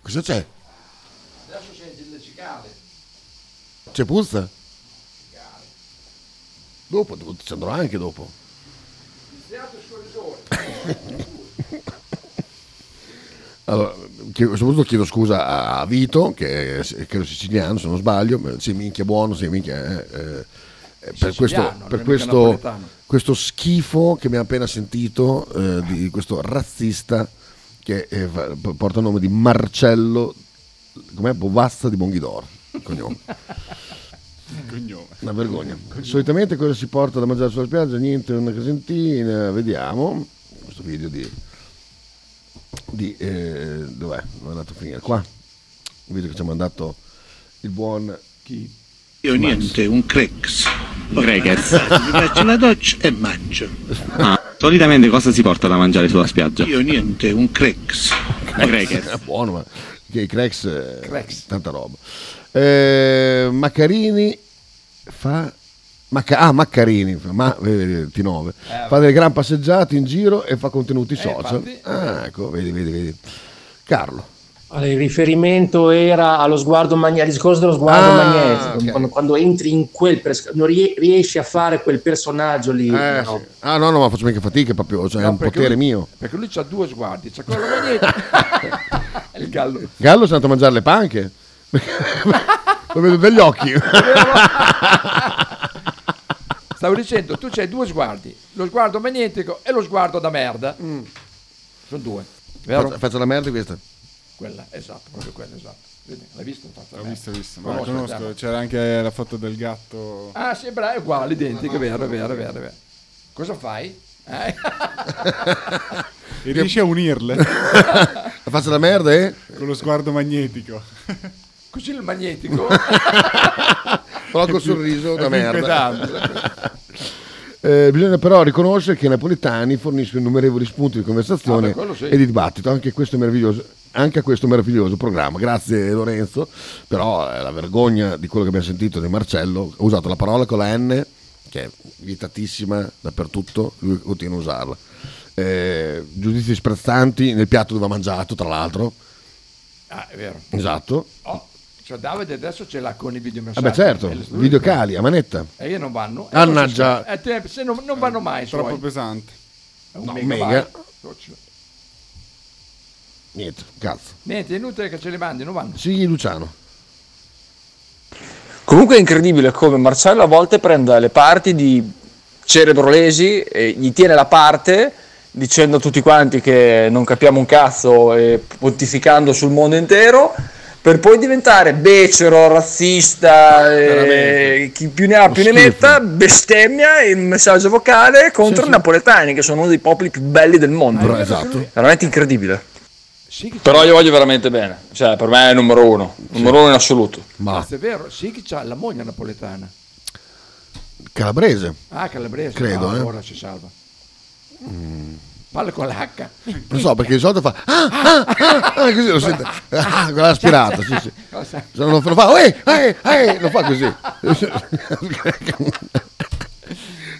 A: Cosa c'è?
B: Adesso senti le cicale.
A: C'è puzza? Dopo, dopo- ci andrò anche dopo.
B: Il teatro scorrisore.
A: Allora, chiedo- a questo punto chiedo scusa a- a Vito, che è s- credo siciliano se non sbaglio, ma sei minchia buono, sei minchia... eh, eh, eh, per questo,
B: non è
A: per
B: mica
A: questo,
B: napoletano.
A: questo schifo che abbiamo appena sentito eh, di questo razzista che eh, fa- p- porta il nome di Marcello, com'è? Bovazza di Bonghidor, il cognome.
C: Cognome.
A: Una vergogna. Solitamente cosa si porta da mangiare sulla spiaggia? Niente, una cresentina. Vediamo questo video di. di eh, dov'è? Non è andato a finire qua. Un video che ci ha mandato il buon. Chi?
G: Io niente, un crex. Crex. Mi faccio la doccia e mangio.
H: Ah, solitamente cosa si porta da mangiare sulla spiaggia?
G: Io niente, un crex.
A: È buono, ma. Che i cracks, eh, Tanta roba. Eh, Maccarini fa. Macca- ah, Maccarini, ma, eh, Eh, T9, fa delle gran passeggiate in giro e fa contenuti social. Ah, ecco, vedi, vedi, vedi. Carlo.
I: Allora, il riferimento era allo sguardo magnetico, al discorso dello sguardo
A: Ah,
I: magnetico.
A: ok.
I: Quando, quando entri in quel pers- non rie- riesci a fare quel personaggio lì.
A: Eh,
I: no.
A: sì. Ah no, no, ma faccio mica fatica proprio, cioè è
B: No,
A: un
B: perché
A: potere
B: lui-
A: mio.
B: Perché lui ha due sguardi, c'ha quello magnetico e il gallo.
A: Gallo si è andato a mangiare le panche. Lo vedo dagli occhi.
B: Stavo dicendo, tu c'hai due sguardi, lo sguardo magnetico e lo sguardo da merda.
A: Mm.
B: Sono due, vero?
A: Faccio, faccio la merda di questa.
B: Quella, esatto, proprio quella, esatto. Vedi, l'hai visto? Infatti,
C: L'ho visto, visto. Ma
B: Conosco,
C: lo conosco,
B: esatto.
C: c'era anche la foto del gatto.
B: Ah, sembra è uguale, identica, è vero, è vero, è vero, è vero. Cosa fai? Eh?
C: E riesci a unirle?
A: La faccia da merda, eh?
C: Con lo sguardo magnetico.
B: Così il magnetico.
A: Però col
B: È più-
A: sorriso
B: è
A: da
B: più
A: merda.
B: inquietante.
A: Eh, bisogna però riconoscere che i napoletani forniscono innumerevoli spunti di
B: Ah,
A: conversazione
B: beh, quello sì.
A: e di dibattito anche, questo è meraviglioso- anche a questo meraviglioso programma. Grazie Lorenzo, però eh, la vergogna di quello che abbiamo sentito di Marcello, ho usato la parola con la N che è vietatissima dappertutto, lui continua a usarla. Eh, giudizi sprezzanti nel piatto dove ha mangiato, tra l'altro.
B: Ah, è vero.
A: Esatto.
B: Oh, cioè Davide adesso ce l'ha con i video Eh,
A: Ah beh certo, videocali a manetta.
B: E io non vanno.
A: Annaggia.
B: Eh, te- se non, non vanno mai.
C: Troppo
B: suoi.
C: pesante.
B: È un
A: No,
B: mega.
A: mega.
B: vai.
A: Niente, cazzo.
B: Niente, è inutile che ce li mandi, non vanno.
A: Sì, Luciano.
M: Comunque è incredibile come Marcello a volte prenda le parti di cerebrolesi e gli tiene la parte dicendo a tutti quanti che non capiamo un cazzo e pontificando sul mondo intero per poi diventare becero, razzista, e chi più ne ha più ne metta, bestemmia in un messaggio vocale contro i napoletani che sono uno dei popoli più belli del mondo. Veramente incredibile. Però io voglio veramente bene, cioè per me è numero uno, numero uno in assoluto.
A: Ma
B: Questo è vero, sì che c'ha la moglie napoletana.
A: Calabrese.
B: Ah, calabrese.
A: Credo,
B: no,
A: eh.
B: Ora ci salva.
A: Mm.
B: Parla con l'H.
A: Non so perché di solito fa ah, ah, ah, ah, così lo sente ah, con l'aspirata sì, sì.
B: Cosa?
A: Se non lo fa, lo fa "Uè, uè, uè", lo fa così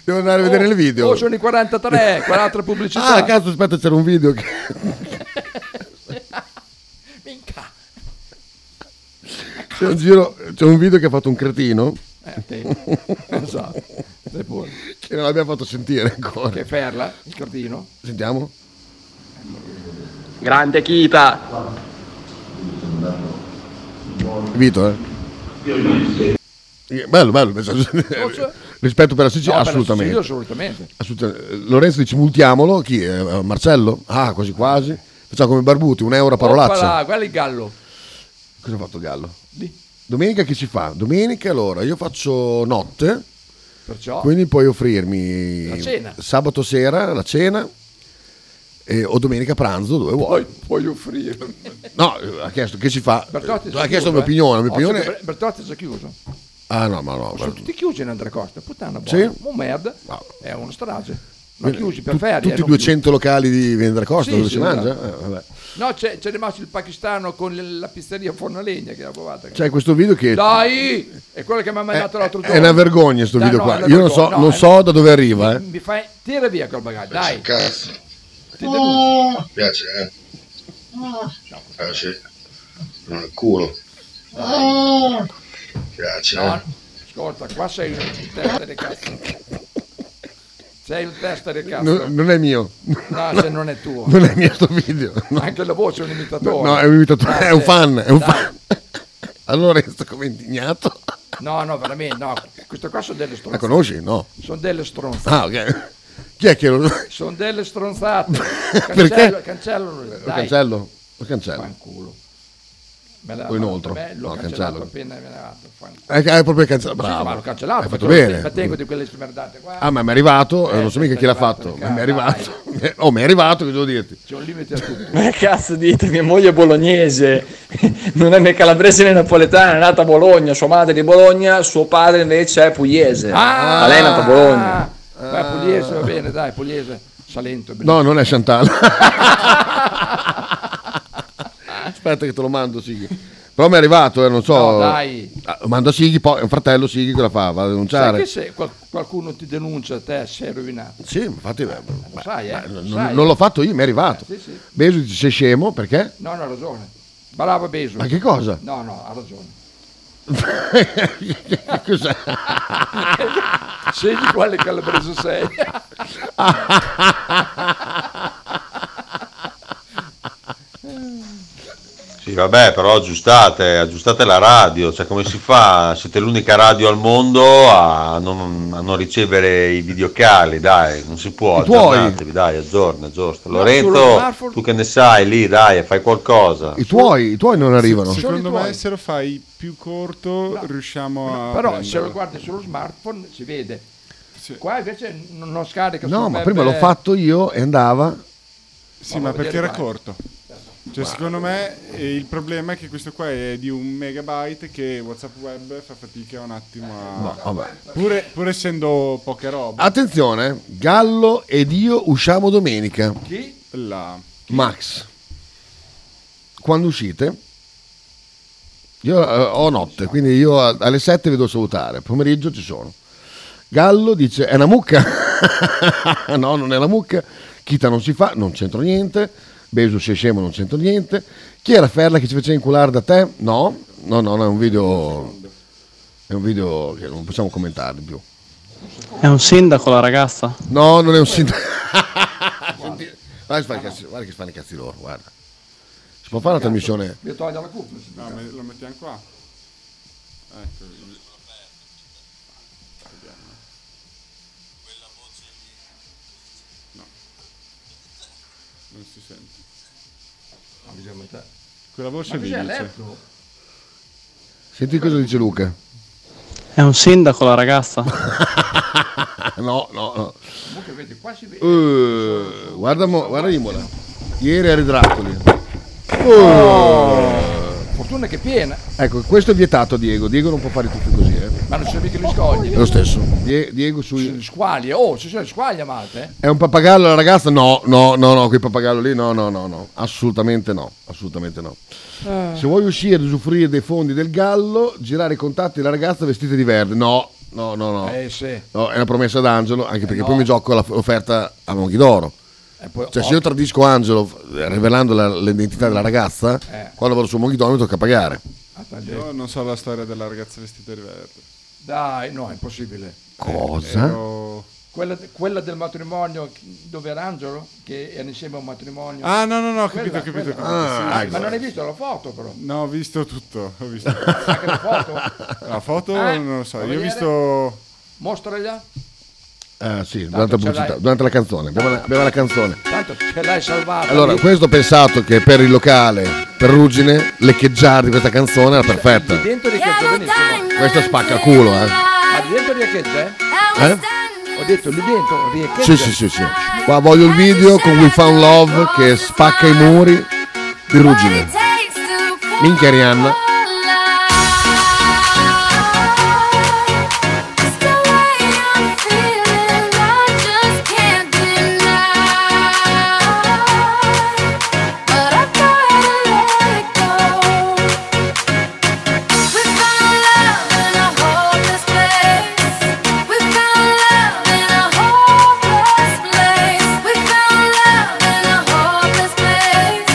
A: devo andare a vedere il video
B: Oh, sono i 43, qua l'altra pubblicità.
A: ah cazzo aspetta c'era un video che...
B: Minchia.
A: c'è, un giro, c'è un video che ha fatto un cretino
B: Eh, te. Esatto. Sei buono.
A: che non l'abbiamo fatto sentire ancora
B: Che ferla, il cordino.
A: sentiamo
M: Grande Kita.
A: Vito eh bello bello rispetto per la Sicilia
B: No, per la
A: assolutamente
B: Sicilia, assolutamente.
A: Assolutamente. Lorenzo dice multiamolo, chi? Eh, Marcello? Ah, quasi quasi. Facciamo come Barbuti, un euro a
B: Oppala,
A: parolaccia.
B: guarda il gallo.
A: Cosa ha fatto il Gallo?
B: Lì.
A: Domenica che si fa? Domenica allora io faccio notte,
B: Perciò
A: quindi puoi offrirmi
B: La cena.
A: sabato sera la cena e- o domenica pranzo dove vuoi.
B: puoi, puoi offrire.
A: No, eh, ha chiesto che si fa?
B: Bertotti
A: Eh,
B: si
A: ha
B: è
A: chiesto la mia
B: chiuso,
A: opinione, la
B: eh.
A: mia
B: Oh, sì,
A: opinione.
B: Ber- Bertotti si è chiuso.
A: Ah no, ma no, guarda,
B: Tutti chiusi in Andracosta, puttana
A: Sì?
B: buona. Un merda. È uno strage. Ma chiusi per
A: tu-
B: ferie.
A: Tutti i
B: non chiusi.
A: 200 locali di Vendra Costa
B: Sì,
A: dove
B: sì,
A: si mangia?
B: esatto.
A: Eh, vabbè.
B: No, c'è, c'è rimasto il pakistano con le- la pizzeria Fornalegna che era provata.
A: C'è questo video che
B: Dai! È quello che mi ha mandato l'altro giorno.
A: Eh, È una vergogna sto
B: Dai,
A: video
B: no,
A: qua.
B: è una
A: Io non so,
B: vergogna, no,
A: non
B: è-
A: so da dove arriva, eh.
B: Mi fai tira via quel bagaglio, dai.
X: Cazzo.
B: Ti
A: Ah,
B: denuncio.
X: piace, eh? Piace. Non è culo. Piace, eh?
B: Ascolta, qua sei un testa di cazzo. Sei il testa del cazzo.
A: Non, non è mio.
B: No, se non è tuo.
A: Non è mio sto video. No,
B: Anche la voce è un imitatore.
A: No, è un imitatore,
B: Ah,
A: è un
B: sì.
A: fan, è un
B: Dai.
A: fan. Allora resto come indignato.
B: No, no, veramente, no. Queste qua sono delle stronzate.
A: La conosci? No.
B: Sono delle stronzate.
A: Ah, ok. Chi è che lo... Lo
B: Sono delle stronzate.
A: Perché?
B: Cancello, cancello, dai.
A: cancello? Lo cancello.
B: Me la-
A: Lo inoltro?
B: me- L'ho
A: No,
B: cancellato
A: cancello.
B: appena me ne vado. fanculo.
A: Eh, Hai proprio cancellato.
B: Sì,
A: Bravo.
B: ma l'ho cancellato.
A: Hai fatto
B: perché
A: bene.
B: Ma tengo di quelle smerdate qua.
A: Ah, ma mi è arrivato, eh,
B: Eh,
A: non so mica chi l'ha fatto, ma mi è arrivato. Oh, mi è arrivato, che devo dirti?
B: C'è un limite a tutto.
M: Ma che cazzo dite, mia moglie è bolognese, non è né calabrese né napoletana, è nata a Bologna, sua madre è di Bologna, suo padre invece è pugliese.
B: Ah!
M: ma lei è nata a Bologna.
B: Vai, Pugliese, va bene, dai, Pugliese. Salento. è
A: Eh.
B: bellissimo.
A: No, non è Chantal. Aspetta che te lo mando, Sighi. Però mi è arrivato, eh, non so.
B: No, dai.
A: Ah, Mando a Sighi, poi è un fratello Sighi cosa fa? Va a
B: Sai
A: denunciare.
B: che se qual- qualcuno ti denuncia, te sei rovinato.
A: Sì, infatti, beh,
B: Lo sai, eh? lo
A: non,
B: sai.
A: non l'ho fatto io, mi è arrivato.
B: Eh, sì, sì.
A: Besu dice sei scemo, perché?
B: No, no, ha ragione. Bravo Beso.
A: Ma che cosa?
B: No, no, ha ragione.
A: Cos'è?
B: Scegli
T: é
B: quale calabrese sei.
J: Sì, vabbè, però aggiustate, aggiustate la radio, cioè come si fa? Siete l'unica radio al mondo a non, a non ricevere i videocali, dai, non si può,
A: I tuoi?
J: aggiornatevi, dai, aggiorna, aggiorna.
A: sullo
J: Lorenzo,
A: smartphone-
J: tu che ne sai lì, dai, fai qualcosa.
B: Ah.
A: I tuoi, i tuoi non arrivano.
C: Secondo me se lo fai più corto riusciamo a...
B: Però se
C: prenderlo.
B: lo guardi sullo smartphone si vede. Qua invece non, non scarica.
A: No,
B: sul
A: ma
B: web,
A: prima l'ho
B: eh,
A: fatto io e andava.
C: Sì, ma perché era corto. Cioè,
A: Ma-
C: secondo me eh, il problema è che questo qua è di un megabyte che WhatsApp Web fa fatica un attimo a...
A: No, vabbè.
C: Pur, pur essendo poche robe.
A: Attenzione, Gallo ed io usciamo domenica.
B: Chi?
C: La...
A: Max, quando uscite? Io eh, ho notte, quindi io a- alle 7 vi devo salutare, pomeriggio ci sono. Gallo dice, è una mucca? no, non è una mucca. Chita non si fa, non c'entro niente. Besu sei scemo, non c'entro niente. Chi era Ferla che ci faceva inculare da te? No, no, no, no, è un video... È un video che non possiamo commentare di più.
K: È un sindaco la ragazza.
A: No, non è un sindaco. Senti- guarda, che fanno i cazzi- guarda che fanno i cazzi loro, guarda. Si può fare una trasmissione?
B: Mi togli dalla cuffia. se
C: No,
B: mi-
C: ma lo mettiamo qua. Ecco. No. Non si sente. Quella voce
B: Ah, Ma
C: lì
B: cos'è,
C: dice.
B: letto?
A: Senti cosa dice Luca.
K: È un sindaco la ragazza.
A: no, no, no.
B: Comunque vedi, qua si vede.
A: Eh, guarda, mo- guarda Imola. Ieri eri Dracoli. Oh! Eh.
B: Fortuna che è piena.
A: Ecco, questo è vietato a Diego. Diego non può fare tutto così, eh.
B: Ma non c'è mica gli scogli.
A: È lo stesso. Die- Diego sui...
B: Squali. Oh, ci sono gli squali a Malta, eh?
A: È un pappagallo la ragazza? No, no, no, no, quel pappagallo lì no, no, no, no, assolutamente no, assolutamente no.
B: Ah.
A: Se vuoi uscire ad usufruire dei fondi del gallo, girare i contatti della ragazza vestita di verde. No, no, no, no.
B: Eh, sì.
A: No, è una promessa d'Angelo, anche perché
B: Eh, no.
A: poi mi gioco la- l'offerta a Monchi d'Oro.
B: E poi-
A: Cioè, se io tradisco Angelo f- rivelando la- l'identità della ragazza,
C: Eh.
A: quando vado su Monchi d'Oro mi tocca pagare.
C: Io non so la storia della ragazza vestita di verde.
B: Dai, no, è impossibile.
A: Cosa?
C: Ero-
B: Quella, quella del matrimonio dove era Angelo, che era insieme a un matrimonio.
C: Ah, no, no, no, ho
B: Quella,
C: capito, ho capito. ho
B: quella.
C: capito,
A: Ah,
C: sì,
B: Ma-
C: sì,
B: ma
A: esatto.
C: sì.
B: non hai visto la foto, però?
C: No, ho visto tutto. Ho visto tutto.
B: Anche la foto?
C: La foto
B: Eh?
C: non lo so.
B: Fa
C: Io ho
B: vedere?
C: visto.
A: eh.
B: Mostrala,
A: Ah, sì,
B: Eh, Tanto
A: durante la
B: ce
A: pubblicità,
B: l'hai.
A: durante la canzone. Abbiamo la, abbiamo la canzone.
B: tanto ce l'hai salvata.
A: Allora,
B: lì.
A: questo ho pensato che per il locale, per Ruggine, leccheggiare di questa canzone era
B: Lì
A: perfetta.
B: dentro riecheggia benissimo.
A: Questa spacca il culo, eh.
B: Ma lì dentro riecheggia, eh?
A: eh?
B: Ho detto lì dentro riecheggia.
A: Sì, sì, sì, sì. Qua voglio il video con We Found Love che spacca i muri di Ruggine. Minchia Rihanna.
N: We found love in a hopeless place.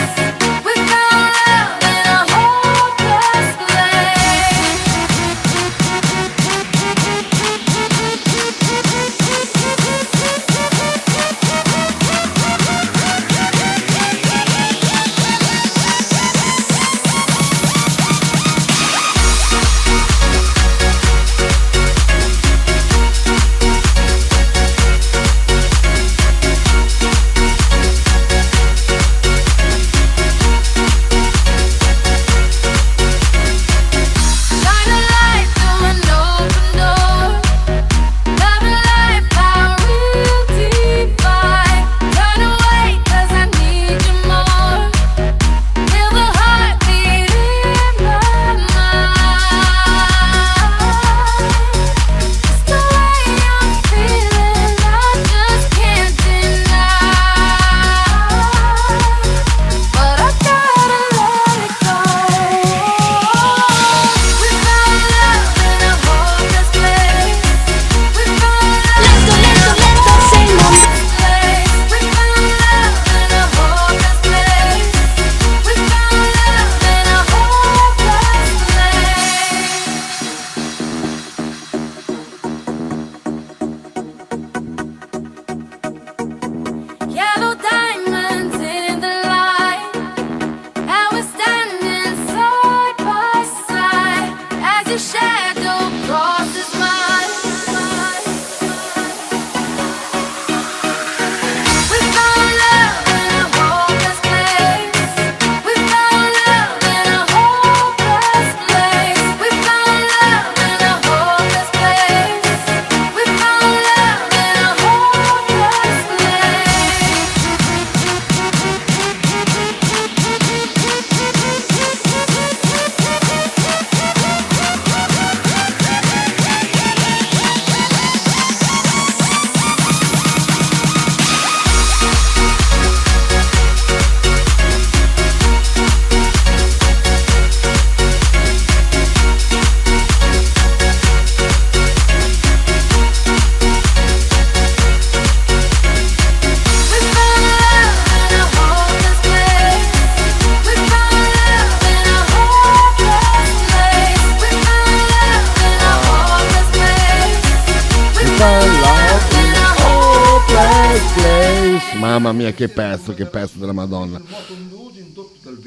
A: Mamma mia, che pezzo, che pezzo della Madonna.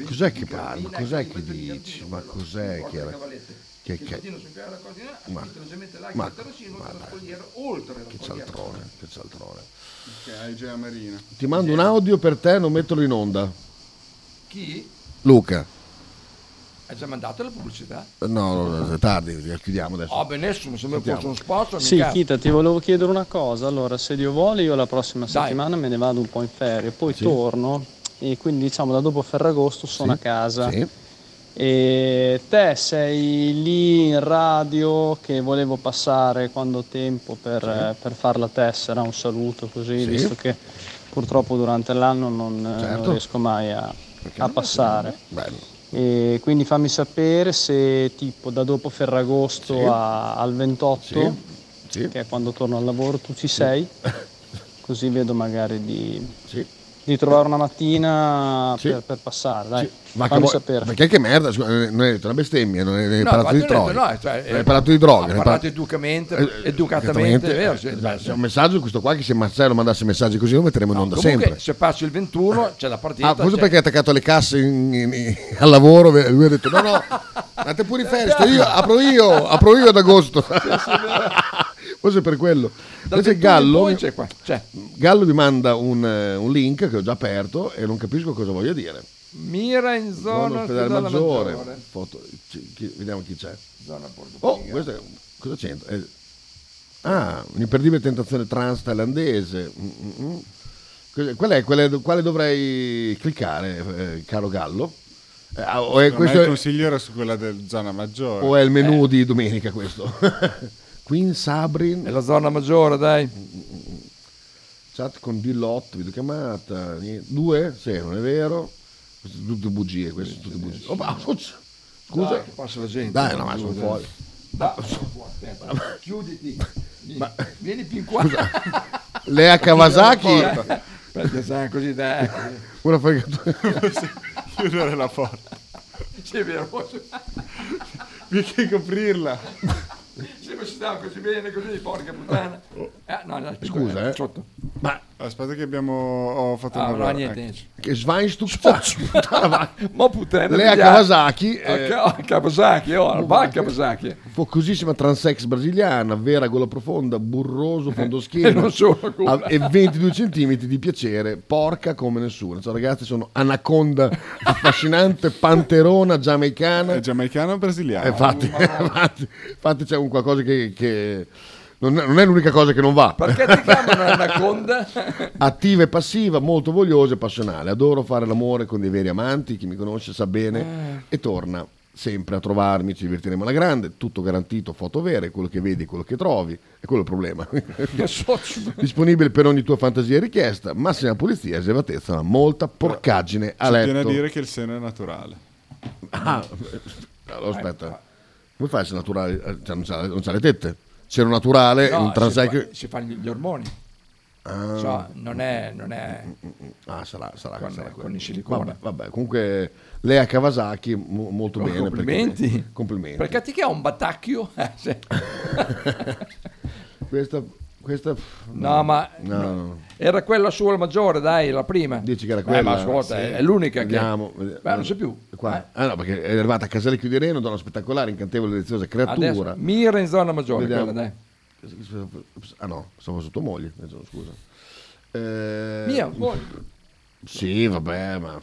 A: Cos'è che parla? Cos'è che dici? Ma cos'è che era? Che, che... Ma, ma, ma dai, che cialtrone, che cialtrone.
C: Ok, hai già Marina.
A: Ti mando un audio per te, non metterlo in onda.
B: Chi?
A: Luca,
B: Ha già mandato la pubblicità?
A: no, no, è tardi, chiudiamo adesso.
K: Ah,
B: Oh, benissimo, se mi
A: Sentiamo.
B: fosse un spot, mi
K: Sì,
B: cazzo.
K: Kita, ti volevo chiedere una cosa. Allora, se Dio vuole, io la prossima settimana me ne vado un po' in ferie, poi
A: Sì.
K: torno e quindi diciamo da dopo Ferragosto sono
A: Sì,
K: a casa.
A: sì.
K: E te sei lì in radio che volevo passare quando ho tempo per,
N: Sì.
K: eh, per fare la tessera, un saluto così,
N: Sì.
K: visto che purtroppo durante l'anno non, eh, non
N: Certo.
K: riesco mai a,
N: Perché
K: a
N: no?
K: passare.
A: Bello.
K: E quindi fammi sapere se tipo da dopo Ferragosto
A: Sì.
K: a- al 28, che è quando torno al lavoro, tu ci sei, così vedo magari di, di trovare una mattina per, per passare. Dai,
A: Ma che
K: fammi
A: vuoi-
K: sapere.
A: perché che merda, scusa, non hai detto una bestemmia, non hai, hai
K: No,
A: parlato
K: quando
A: di
K: ho detto
A: droga.
K: no, cioè, eh,
A: hai parlato di droga.
B: ha
A: ne hai
B: parlato
A: par-
B: educamente-
A: eh,
B: educatamente, è vero, sì,
A: eh,
B: esatto.
A: c'è un messaggio, questo qua, che se Marcello mandasse messaggi così lo metteremo in onda
B: Comunque,
A: sempre.
B: se passo il 21 c'è la partita.
A: Ah, questo
B: c'è-
A: perché è attaccato alle casse in- in- in- al lavoro, ve- lui ha detto no, no, andate pure in ferie, sto io, apro io, apro io ad agosto. Forse per quello.
B: Dal 21
A: Invece
B: in
A: Gallo,
B: poi c'è qua, c'è.
A: Gallo mi manda un, eh, un link che ho già aperto e non capisco cosa voglia dire.
B: Mira in
A: Buono
B: zona
A: ospedale
B: ospedale maggiore.
A: maggiore. Foto- ci- chi- vediamo chi c'è.
B: Zona
A: Oh, questo è- cosa c'entra? Eh, ah, un'imperdibile tentazione trans thailandese. Mm, mm, mm. Cos'è- Qual è, quella- quale dovrei cliccare, eh, caro Gallo? Eh, ah, o, è
C: Secondo me
A: questo,
C: il consiglio era su quella del zona maggiore. Eh.
A: o è il menu di domenica questo? Queen Sabrin.
B: È la zona maggiore, dai.
A: Chat con D-Lot, videochiamata. niente. Due? Sì, non è vero. Queste sono tutte bugie, queste sono tutte bugie. Oh, ma- scusa.
B: Dai, che passa la gente.
A: Dai, no, ma
B: Giù,
A: sono
B: dai.
A: fuori.
B: Dai, sono fuori, aspetta, Chiuditi. Vieni, vieni più in qua.
A: Scusa, Lea Kawasaki.
B: Aspetta, sai, così dai. così.
A: Una fregatura.
C: Chiudere la porta.
B: Sì, è vero. posso-
C: Perché coprirla?
B: Sì, ma si dà così bene, così, porca puttana. Eh, no, no,
A: Scusa, eh.
C: Ma aspetta che abbiamo ho fatto
B: Ah,
C: un
B: non ha
C: errore,
B: niente,
C: ecco.
A: Che Schweinstug.
B: Ma puttana.
A: Lea
B: vediamo.
A: Kawasaki,
B: Ah,
A: eh.
B: Ka- Kawasaki, oh, va Kawasaki.
A: Focosissima transex brasiliana, vera gola profonda, burroso fondo schiena
B: E non solo gola.
A: Ah, e 22 cm di piacere, porca come nessuno. Ciao ragazzi, sono anaconda affascinante, panterona giamaicana. È
C: giamaicana o brasiliana?
A: Infatti, infatti, infatti c'è un qualcosa che, che non, è, non è l'unica cosa che non va.
B: Perché ti chiamano Anaconda?
A: Attiva e passiva, molto vogliosa e passionale. Adoro fare l'amore con dei veri amanti. Chi mi conosce sa bene
B: Eh.
A: e torna sempre a trovarmi. Ci divertiremo alla grande. Tutto garantito, foto vere. Quello che vedi, quello che trovi. È quello il problema. Disponibile per ogni tua fantasia e richiesta. Massima pulizia, riservatezza, ma molta porcaggine a
C: C'è da
A: letto.
C: dire che il seno è naturale.
A: Ah, allora aspetta. Come fai se è naturale? eh, cioè, non, c'ha, non c'ha le tette? Se era naturale,
B: No,
A: un transec-
B: si, fa- si fanno gli ormoni.
A: Ah.
B: Cioè, non è, non è
A: Ah, sarà, sarà,
B: con,
A: sarà
B: con
A: quello.
B: il silicone.
A: Vabbè, vabbè, comunque Lea Kawasaki mo- molto
B: Oh,
A: bene. perché-
B: complimenti.
A: complimenti.
B: Perché ti chiama un batacchio? Eh, sì.
A: Questa, questa
B: no, ma
A: no,
B: no.
A: no.
B: era quella sua la maggiore, dai, la prima.
A: Dici che era
B: Beh,
A: quella.
B: ma ascolta,
A: Sì.
B: è l'unica
A: Vediamo,
B: che...
A: vediamo.
B: Beh, non c'è più. Eh,
A: Qua. Ah, no, perché è arrivata a Casalecchio di Reno, donna spettacolare, incantevole, deliziosa creatura.
B: Adesso, mira in zona maggiore,
A: Vediamo.
B: quella, dai.
A: Ah no, stavo sotto moglie, eh, scusa. Eh,
B: Mia, moglie.
A: Sì, vabbè, ma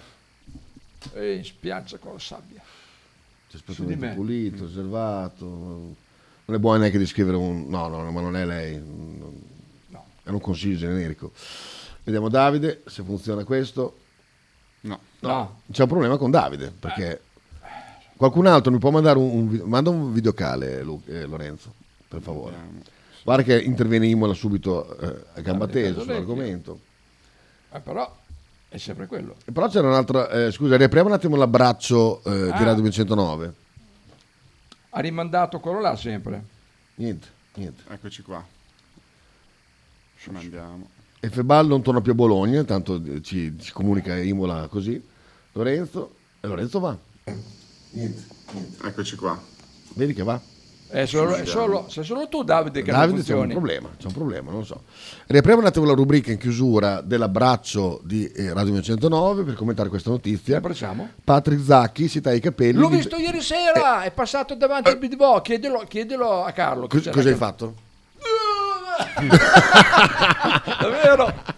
B: E in spiaggia con la sabbia.
A: Cioè,
B: Su di me.
A: spesso pulito, riservato. Non è buono neanche di scrivere un. No, no, no, ma non è lei. Non- È un consiglio generico. Vediamo Davide se funziona questo.
C: No.
B: No.
A: C'è un problema con Davide perché qualcun altro mi può mandare un, un vi- manda un videocale, Lu- eh, Lorenzo, per favore. Guarda che interviene Imola subito eh, a gamba tesa sull'argomento.
B: Eh, però è sempre quello.
A: Però c'era un'altra. eh, scusa, riapriamo un attimo l'abbraccio eh, di
B: Ah.
A: Radio 209.
B: Ha rimandato quello là sempre.
A: Niente, niente.
C: Eccoci qua. Ci mandiamo.
A: E Febal non torna più a Bologna, tanto eh, ci, ci comunica Imola così. Lorenzo, e Lorenzo va. Niente, niente.
C: Eccoci qua.
A: Vedi che va.
B: È Eh, solo, è solo- sei solo tu, Davide, che non
A: Davide c'è un
B: funzioni.
A: problema, c'è un problema, non lo so. Riapriamo un attimo la rubrica in chiusura dell'abbraccio di eh, Radio 909 per commentare questa notizia.
B: Abbracciamo.
A: Patrick Zacchi si taglia i capelli.
B: L'ho
A: dice-
B: visto ieri sera,
A: Eh.
B: è passato davanti al bidibò, chiedelo, chiedelo a Carlo. che
A: Cos-
B: c'era
A: cosa hai
B: anche-
A: fatto?
B: Davvero?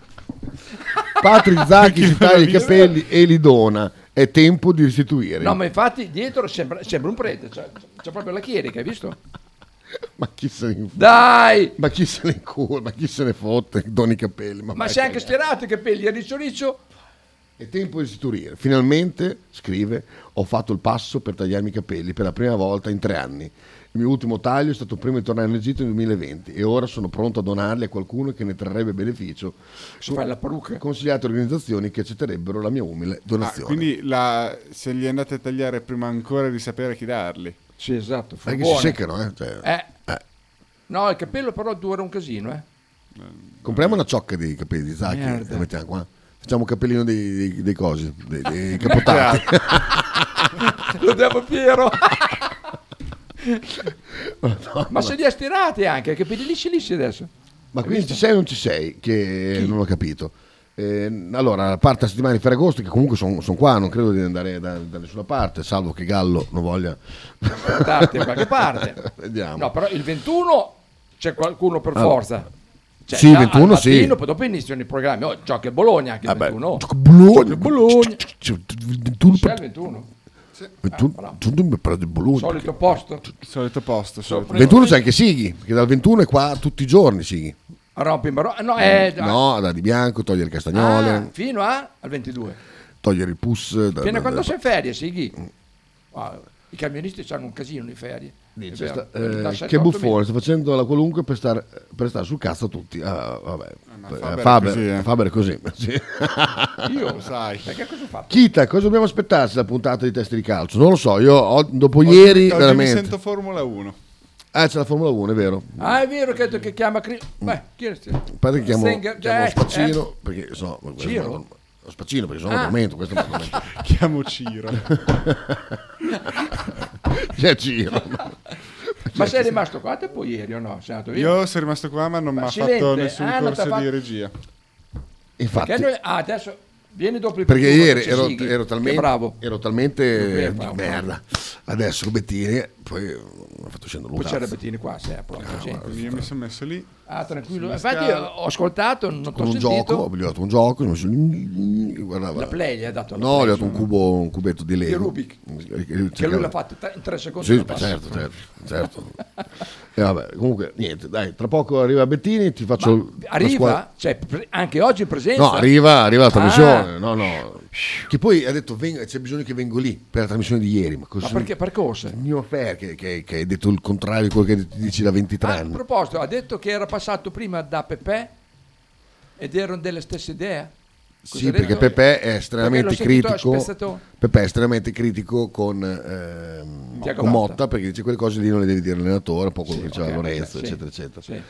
A: Patrick Zacchi si taglia i capelli e li dona. È tempo di restituire.
B: No, ma infatti dietro sembra, sembra un prete, cioè, c'è proprio la chierica, hai visto?
A: Ma chi se ne inf-
B: Dai!
A: Ma chi se ne incura? Ma chi se ne fotte? Doni i capelli. Ma,
B: Ma
A: vai
B: si è
A: a
B: anche stirato i capelli, è riccio riccio.
A: È tempo di istituire. Finalmente, scrive, ho fatto il passo per tagliarmi i capelli per la prima volta in tre anni. Il mio ultimo taglio è stato prima di tornare in Egitto nel 2020 e ora sono pronto a donarli a qualcuno che ne trarrebbe beneficio.
B: Si fa la parrucca.
A: Consigliate organizzazioni che accetterebbero la mia umile
C: Ah,
A: donazione.
C: quindi la- se li andate a tagliare prima ancora di sapere chi darli.
B: Sì, esatto.
A: Sai che si seccano, eh? Cioè,
B: Eh. No, il capello però dura un casino, eh.
A: Compriamo una ciocca dei capelli di Zacchi
B: Merda.
A: e mettiamo qua. Facciamo un cappellino dei, dei, dei cosi, dei, dei capotati.
B: Lo diamo a Piero.
A: Madonna.
B: Ma se li ha stirati anche, i capelli lisci lisci adesso.
A: Ma quindi ci sei o non ci sei? Che non ho capito. Eh, allora, a parte la settimana di Ferragosto, che comunque sono qua, non credo di andare da, da nessuna parte, salvo che Gallo non voglia
B: Portarti a qualche parte.
A: Vediamo.
B: No, però il 21 c'è qualcuno per
A: Allora.
B: forza. Cioè,
A: Sì,
B: già
A: 21
B: al
A: sì.
B: mattino, Poi dopo iniziano i programmi. Oh, gioca a Bologna anche il 21.
A: Bologna.
B: Bologna. Eh,
A: Cioè, 21
B: C'è il 21.
A: per- 21 21 mi parla di Bologna.
B: Solito posto.
C: Solito posto. solito.
A: 21 c'è anche Sighi, che dal 21 è qua tutti i giorni Sighi.
B: Rompi, ma ro- no, è
A: Eh, No, da di bianco, togliere il castagnolo,
B: Eh, ah, fino a, al 22.
A: togliere il pus. da-
B: Fino
A: da-
B: a quando
A: da-
B: sei in ferie, Sighi. Ah, I camionisti hanno un casino in ferie. È
A: Cioè,
B: vero.
A: sta-
B: Quelli da
A: eh,
B: sette,
A: che
B: otto
A: buffone,
B: mesi.
A: sta facendo la qualunque per stare per star sul cazzo a tutti. Ah, vabbè. Eh,
C: Faber è
A: Faber,
C: così, eh.
A: Faber è così. Sì. eh?
B: Io
C: lo sai.
B: Perché cosa ho fatto?
A: Chita, cosa dobbiamo aspettarsi dalla puntata di testi di calcio? Non lo so, io ho- dopo ieri
C: Oggi
A: veramente...
C: mi sento Formula 1.
A: Ah, c'è la Formula 1, è vero.
B: Ah, è vero che, ha detto che chiama. Cri- Beh, chi è
A: Aspetta mm. che chiamo,
B: Stenger-
A: chiamo
B: eh,
A: Spaccino,
B: eh.
A: perché sono...
B: Ciro?
A: Lo Spaccino, perché sono
B: Ah.
A: un argomento, questo è un argomento.
C: Chiamo Ciro.
A: C'è Ciro.
B: eh, Ma sei rimasto qua te poi ieri o no? Sei andato via?
C: Io sono rimasto qua, ma non mi
B: Ma
C: ha
B: si
C: fatto
B: vede?
C: nessun
B: Ah, non
C: corso
B: t'ha fatto-
C: di regia.
A: Infatti,
B: Perché noi- ah, adesso vieni dopo il
A: Perché
B: primo,
A: ieri
B: dice
A: ero,
B: Sighi,
A: ero
B: che
A: talmente,
B: bravo.
A: ero talmente
B: Che bravo.
A: merda. Adesso con Bettini, poi eh, mi ha fatto scendere
B: Poi
A: un
B: c'era
A: cazzo.
B: Bettini qua, se è proprio. gente.
C: Io mi sono messo lì.
B: Ah, tranquillo.
C: Sulle
B: Infatti,
C: scale.
B: io ho ascoltato, non
A: Con
B: ho
A: un
B: sentito.
A: gioco, ho dato un gioco, mi sono- guardava.
B: La play gli ha dato la
A: No,
B: play,
A: gli ho dato un,
B: insomma.
A: cubo, un cubetto di Lego.
B: Di Rubik.
A: Cercavo-
B: Che lui l'ha fatto in tre- in tre secondi.
A: Sì,
B: lo
A: ma
B: passa.
A: certo, certo, certo. E vabbè, comunque, niente, dai, tra poco arriva Bettini, ti faccio... la squadra-
B: Arriva, cioè, pre- anche oggi in presenza.
A: No, arriva, arriva la trasmissione.
B: Ah,
A: No, no. Che poi ha detto "Vengo- c'è bisogno che vengo lì per la trasmissione di ieri. Ma,
B: ma
A: così-
B: perché percorse?
A: Il mio Fer che, che- che hai detto il contrario di quello che ti dici da 23
B: A
A: anni.
B: proposito, ha detto che era passato prima da Pepe ed erano delle stesse idee. Cosa
A: Sì,
B: ha
A: perché
B: detto?
A: Pepe è
B: Perché
A: estremamente
B: l'ho sentito a
A: critico.
B: Spezzatore.
A: Pepe è estremamente critico con, ehm,
B: Tiago
A: con
B: Motta.
A: Motta perché dice quelle cose lì non le devi dire all'allenatore, un po' quello che diceva
B: ok,
A: Lorenzo,
B: sì,
A: eccetera, eccetera.
B: sì.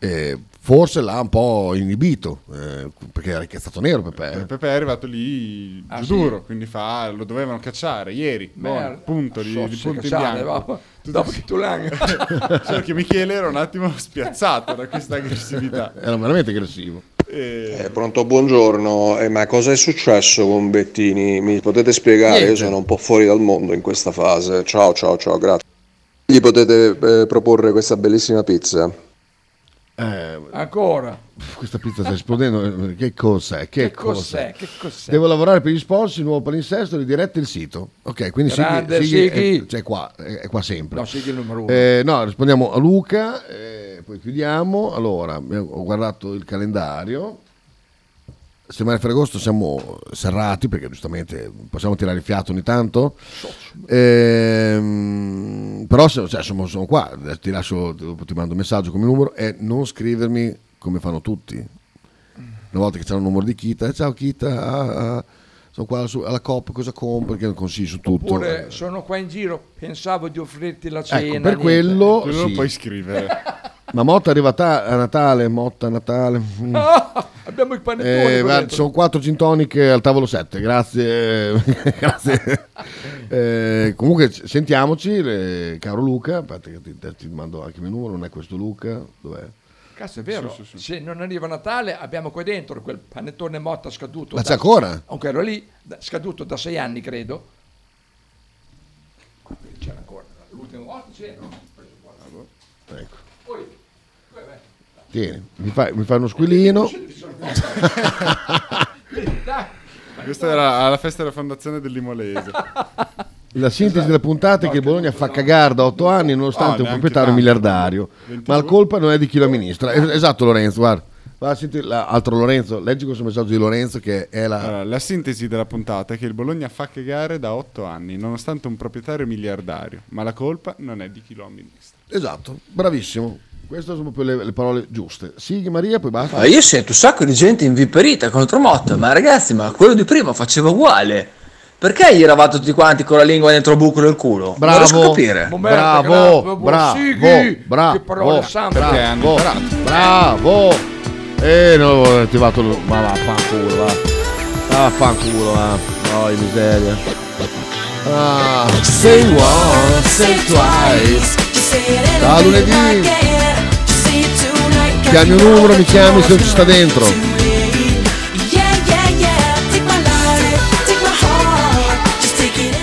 A: Eh, forse l'ha un po' inibito eh, perché era incazzato nero Pepe. eh.
C: Pepe è arrivato lì
B: Ah,
C: giù
B: sì?
C: duro, quindi fa, lo dovevano cacciare ieri.
B: Merda.
C: Buono, punto di,
B: So
C: di
B: se
C: punto in
B: cacciare,
C: bianco.
B: va. Dopo che tu l'hai-
C: Solo che Michele era un attimo spiazzato da questa aggressività.
A: Era veramente aggressivo.
N: Eh, pronto, buongiorno. Eh, ma cosa è successo con Bettini? Mi potete spiegare? Io
A: Niente.
N: sono un po' fuori dal mondo in questa fase. Ciao, ciao, ciao, grazie. Gli potete eh, proporre questa bellissima pizza?
A: Eh,
B: Ancora.
A: questa pizza sta esplodendo. eh, Che cos'è?
B: Che
A: Che,
B: cos'è? Che cos'è?
A: Devo lavorare per gli sponsor, il nuovo palinsesto, ridirette il sito. Ok, quindi Sighi-
B: Grande,
A: Sighi
B: Sighi.
A: È, cioè, qua, è è qua sempre.
B: No, scegli il numero uno.
A: Eh, no, rispondiamo a Luca, eh, poi chiudiamo. Allora, mi- ho guardato il calendario. Settimana di Ferragosto siamo serrati perché giustamente possiamo tirare il fiato ogni tanto. Ehm, però se- cioè, sono, sono qua, adesso ti lascio, dopo ti mando un messaggio come numero e non scrivermi come fanno tutti. Una volta che c'era un numero di Kita, eh, ciao Kita, ah, ah, sono qua su- alla COP, cosa compro? Che consigli su tutto.
B: Oppure sono qua in giro, pensavo di offrirti la cena.
A: Ecco, per
B: niente.
A: quello, sì.
C: puoi scrivere.
A: Ma Motta è arrivata a Natale, Motta a Natale. Mm.
B: Ah, Abbiamo il panettone.
A: Eh,
B: qua
A: guarda,
B: dentro.
A: ci sono quattro gintonic al tavolo 7, grazie. grazie. Eh, comunque c- sentiamoci, eh, caro Luca, aspetta che ti, te- ti mando anche il mio numero, non è questo Luca, dov'è?
B: Cazzo, è vero. Se non arriva Natale, abbiamo qua dentro quel panettone motta scaduto.
A: Ma
B: da-
A: c'è ancora?
B: Ancora lì, da- scaduto da sei anni, credo. C'era ancora. L'ultima volta c'era.
A: Ecco.
B: Poi, vabbè.
A: Tieni, mi fai, mi fai uno squilino.
C: Questa era alla festa della fondazione del Limolese.
A: La sintesi della puntata è che il Bologna fa cagare da otto anni nonostante un
C: Oh, neanche
A: proprietario
C: tanto.
A: miliardario. Ma la colpa non è di chi lo amministra. Es- Esatto Lorenzo, guarda. Va a sentire l'altro Lorenzo, leggi questo messaggio di Lorenzo che è la...
C: Allora, la sintesi della puntata è che il Bologna fa cagare da otto anni, nonostante un proprietario miliardario, ma la colpa non è di chi lo amministra.
A: Esatto, bravissimo. Queste sono proprio le, le parole giuste. Sì, Maria, poi basta.
M: Ah,
O: Ma io sento un sacco di gente inviperita contro Motta, ma ragazzi, ma quello di prima faceva uguale. Perché gli eravate tutti quanti con la lingua dentro il buco del culo? non riesco a
A: Bravo,
O: capire.
A: bravo, bravo, bravo, bravo,
O: parole sante. Perché hanno
A: bravo,
O: imparato.
A: bravo. E non avevo attivato il... Ma vaffanculo, va. Vaffanculo, va. No, miseria. Ah, say once, say twice. Da Ah, lunedì. Chiami un numero, mi chiami se non ci sta dentro.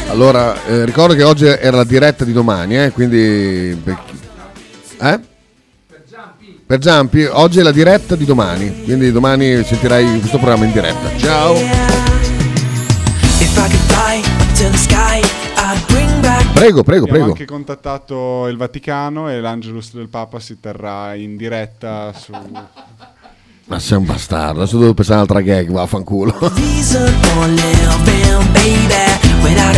A: Allora, eh, ricordo che oggi era la diretta di domani, eh, quindi... per chi- Eh? Per Giampi, oggi è la diretta di domani, quindi domani sentirai questo programma in diretta. Ciao!
P: If I could fly up to the sky, I'd bring back.
A: Prego, prego, prego.
C: Abbiamo anche contattato il Vaticano e l'Angelus del Papa si terrà in diretta su...
A: Ma sei un bastardo, adesso devo pensare a un'altra gag, vaffanculo.
P: These are for living, baby. When I